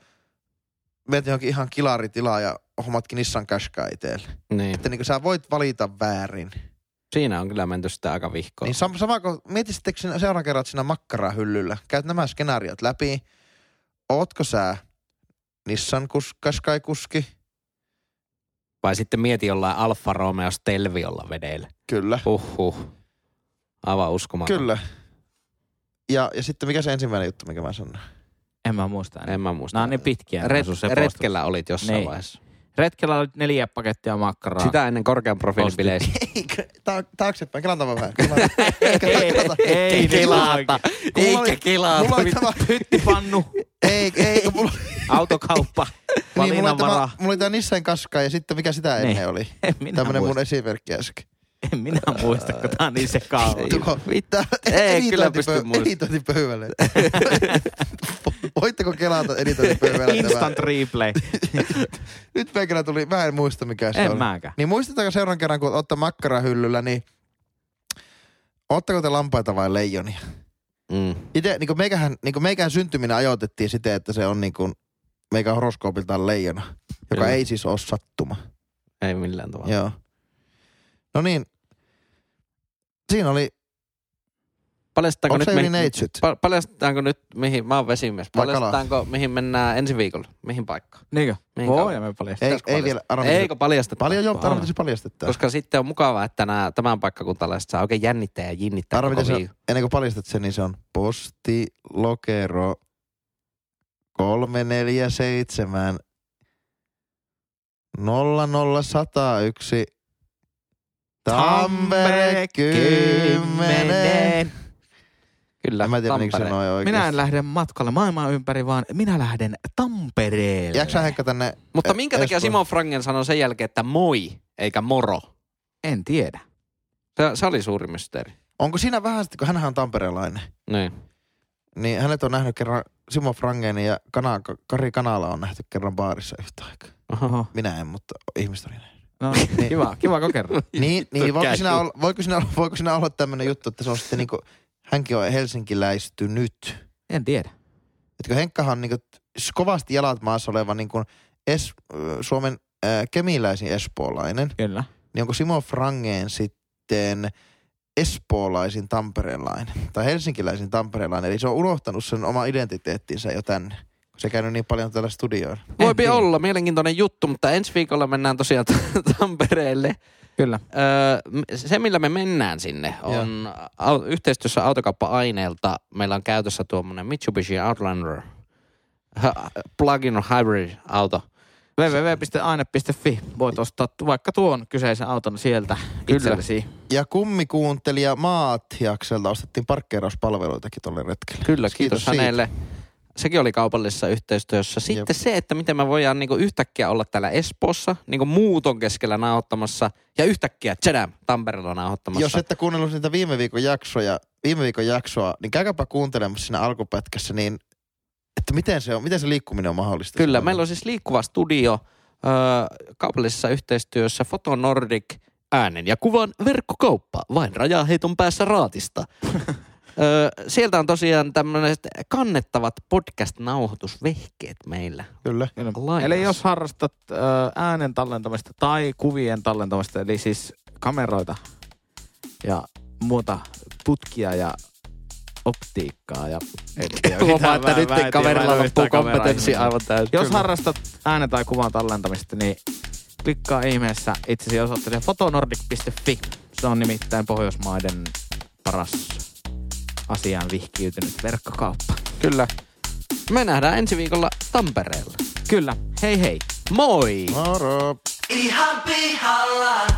S3: menet johonkin ihan kilaritilaan ja hommatkin Nissan Qashqai itselle.
S1: Niin.
S3: Että niinku sä voit valita väärin.
S1: Siinä on kyllä menty sitä aika vihkoa.
S3: Niin sama, sama kun mietisittekö sinä seuraavan kerran että siinä makkarahyllyllä, käyt nämä skenaariot läpi. Ootko sä Nissan kus, Qashqai kuski?
S1: Vai sitten mieti jollain Alfa Romeo Stelviolla vedellä.
S3: Kyllä.
S1: Huhhuh. Aivan uskomaton.
S3: Kyllä. Ja, ja sitten mikä se ensimmäinen juttu, mikä mä sanoin?
S2: En mä muista enää.
S1: En mä muista.
S2: Nämä on niin pitkiä. nämä sun
S1: Ret-
S2: sepostukset.
S1: retkellä olit jossain
S2: Niin.
S1: vaiheessa.
S2: Retkellä oli neljä pakettia makkaraa.
S1: Sitä ennen korkean profiilin
S2: Posti.
S1: bileissä.
S3: Eikö? Ta- taaksepäin, kelantava vähän. Kelata- kelata-
S2: Ei kelata.
S3: Mulla oli- Mulla oli tämä,
S2: Pyttipannu,
S3: ei, ei, kun mulla,
S2: autokauppa,
S3: niin, mulla, oli tämä,
S2: valinnanvara.
S3: mulla oli tämä Nissan Qashqai ja sitten mikä sitä
S2: Niin.
S3: ennen oli.
S2: En minä
S3: Tämmönen mun
S2: muista.
S3: esimerkki äsken.
S2: En minä muista, kun tää on niin sekaava.
S3: Tuko, mitä?
S1: Ei, kyllä pysty muistamaan.
S3: Editointipöydälle. Voitteko kelata editointipöydällä?
S2: Instant replay.
S3: Nyt me kyllä tuli, mä en muista mikä se
S2: En
S3: oli.
S2: mäkään.
S3: Niin muistetaan seuraavan kerran, kun olette makkarahyllyllä, niin ootteko te lampaita vai leijonia?
S1: Mm.
S3: Itse, niin kuin meikähän, niin kuin meikähän syntyminen ajoitettiin siten, että se on niin kuin meikä horoskoopiltaan leijona, joka
S1: Kyllä.
S3: ei siis ole sattuma.
S1: Ei millään tavalla.
S3: Joo. No niin, siinä oli,
S1: Paljastetaanko
S3: onko
S1: nyt,
S3: se yli
S1: mihin,
S3: neitsyt?
S1: pa- paljastetaanko nyt, mihin, mä oon vesimies,
S3: Vai kala?
S1: paljastetaanko, mihin mennään ensi viikolla, mihin paikkaan?
S2: Niinkö?
S1: Niin
S2: Voi,
S1: kauan.
S2: ja me paljastaa.
S3: Ei,
S1: Pitäisikö
S3: ei
S1: paljastaa?
S3: vielä arvitse.
S1: Eikö paljasteta?
S3: Paljon jo
S1: Vaan.
S3: arvitse paljastetaan.
S1: Koska sitten on mukavaa, että nämä, tämän paikkakuntalaiset saa oikein jännittää ja jännittää
S3: Arvitse
S1: koko
S3: se,
S1: viikon.
S3: siis ennen kuin paljastat sen, niin se on posti, lokero, 347, 00101, Tampere 10.
S1: Kyllä,
S3: Mä en tiedä, miksi se
S1: Tampere.
S3: noin oikein.
S2: Minä en lähde matkalle maailmaa ympäri, vaan minä lähden Tampereelle.
S3: Jääksä Heikka tänne?
S1: Mutta
S3: E-
S1: minkä takia
S3: Espoo-
S1: Simon Frangen sanoi sen jälkeen, että moi, eikä moro?
S2: En tiedä.
S1: Se, se oli suuri mysteeri.
S3: Onko siinä vähän sitten, kun hänhän on tamperelainen,
S1: Niin.
S3: niin hänet on nähnyt kerran Simo Frangen ja Kana, Kari Kanala on nähty kerran baarissa yhtä aikaa.
S2: Oho.
S3: Minä en, mutta ihmiset oli nähnyt.
S2: No, kiva, kiva kokeilla.
S3: Niin, niin voiko,
S1: Käy.
S3: sinä olla, voiko, sinä, olla- voiko sinä olla tämmöinen juttu, että se on sitten niinku, hänkin on helsinkiläistynyt.
S2: En tiedä.
S3: Etkö Henkkahan on niinku s- kovasti jalat maassa oleva niinku es, ö, Suomen äh, kemiläisin espoolainen,
S2: Kyllä.
S3: niin onko Simo Frangeen sitten espoolaisin tamperelainen tai helsinkiläisin tamperelainen. Eli se on unohtanut sen oma identiteettinsä jo tänne, kun se käynyt niin paljon täällä studioilla.
S1: Voipi
S2: tiedä.
S1: olla, mielenkiintoinen juttu, mutta ensi viikolla mennään tosiaan t- Tampereelle.
S2: Kyllä.
S1: Öö, m- se, millä me mennään sinne, on au, yhteistyössä autokauppa-aineelta. Meillä on käytössä tuommoinen Mitsubishi Outlander H- plug-in hybrid-auto.
S2: www.aine.fi. Voit ostaa tu- vaikka tuon kyseisen auton sieltä itsellesi.
S3: Ja kummikuuntelija Maat jakselta ostettiin parkkeerauspalveluitakin tuolle retkelle.
S1: Kyllä,
S3: Kiitos
S1: kiitos,
S3: siitä.
S1: hänelle. Sekin oli kaupallisessa yhteistyössä. Sitten
S3: Jep.
S1: se, että miten me voidaan niinku yhtäkkiä olla täällä Espoossa, niinku muuton keskellä nauhoittamassa, ja yhtäkkiä tsedäm, Tampereella nauhoittamassa.
S3: Jos ette kuunnellut niitä viime viikon jaksoja, viime viikon jaksoa, niin käykääpä kuuntelemassa siinä alkupätkässä, niin että miten se, on, miten se liikkuminen on mahdollista.
S1: Kyllä, meillä on siis liikkuva studio öö, kaupallisessa yhteistyössä Fotonordic äänen ja kuvan verkkokauppa, vain rajaheiton päässä raatista. öö, sieltä on tosiaan tämmöiset kannettavat podcast-nauhoitusvehkeet meillä.
S3: Kyllä.
S2: Kyllä.
S1: Lainas.
S2: Eli jos harrastat ö, äänen tallentamista tai kuvien tallentamista, eli siis kameroita ja muuta putkia ja optiikkaa. Ja, en tiedä,
S1: Huomaa, että
S2: mitä mä-
S1: nyt
S2: mä en tiedä, mä en
S1: kaverilla
S2: ole
S1: loppuu
S2: yhtään kameraa
S1: kompetenssi
S2: ihminen.
S1: aivan täysin.
S2: Jos harrastat äänen tai kuvan tallentamista, niin klikkaa ihmeessä itsesi osoitteeseen fotonordic.fi. Se on nimittäin Pohjoismaiden paras asiaan vihkiytynyt verkkokauppa.
S1: Kyllä. Me nähdään ensi viikolla Tampereella.
S2: Kyllä. Hei hei.
S1: Moi!
S3: Moro.
S6: Ihan pihalla.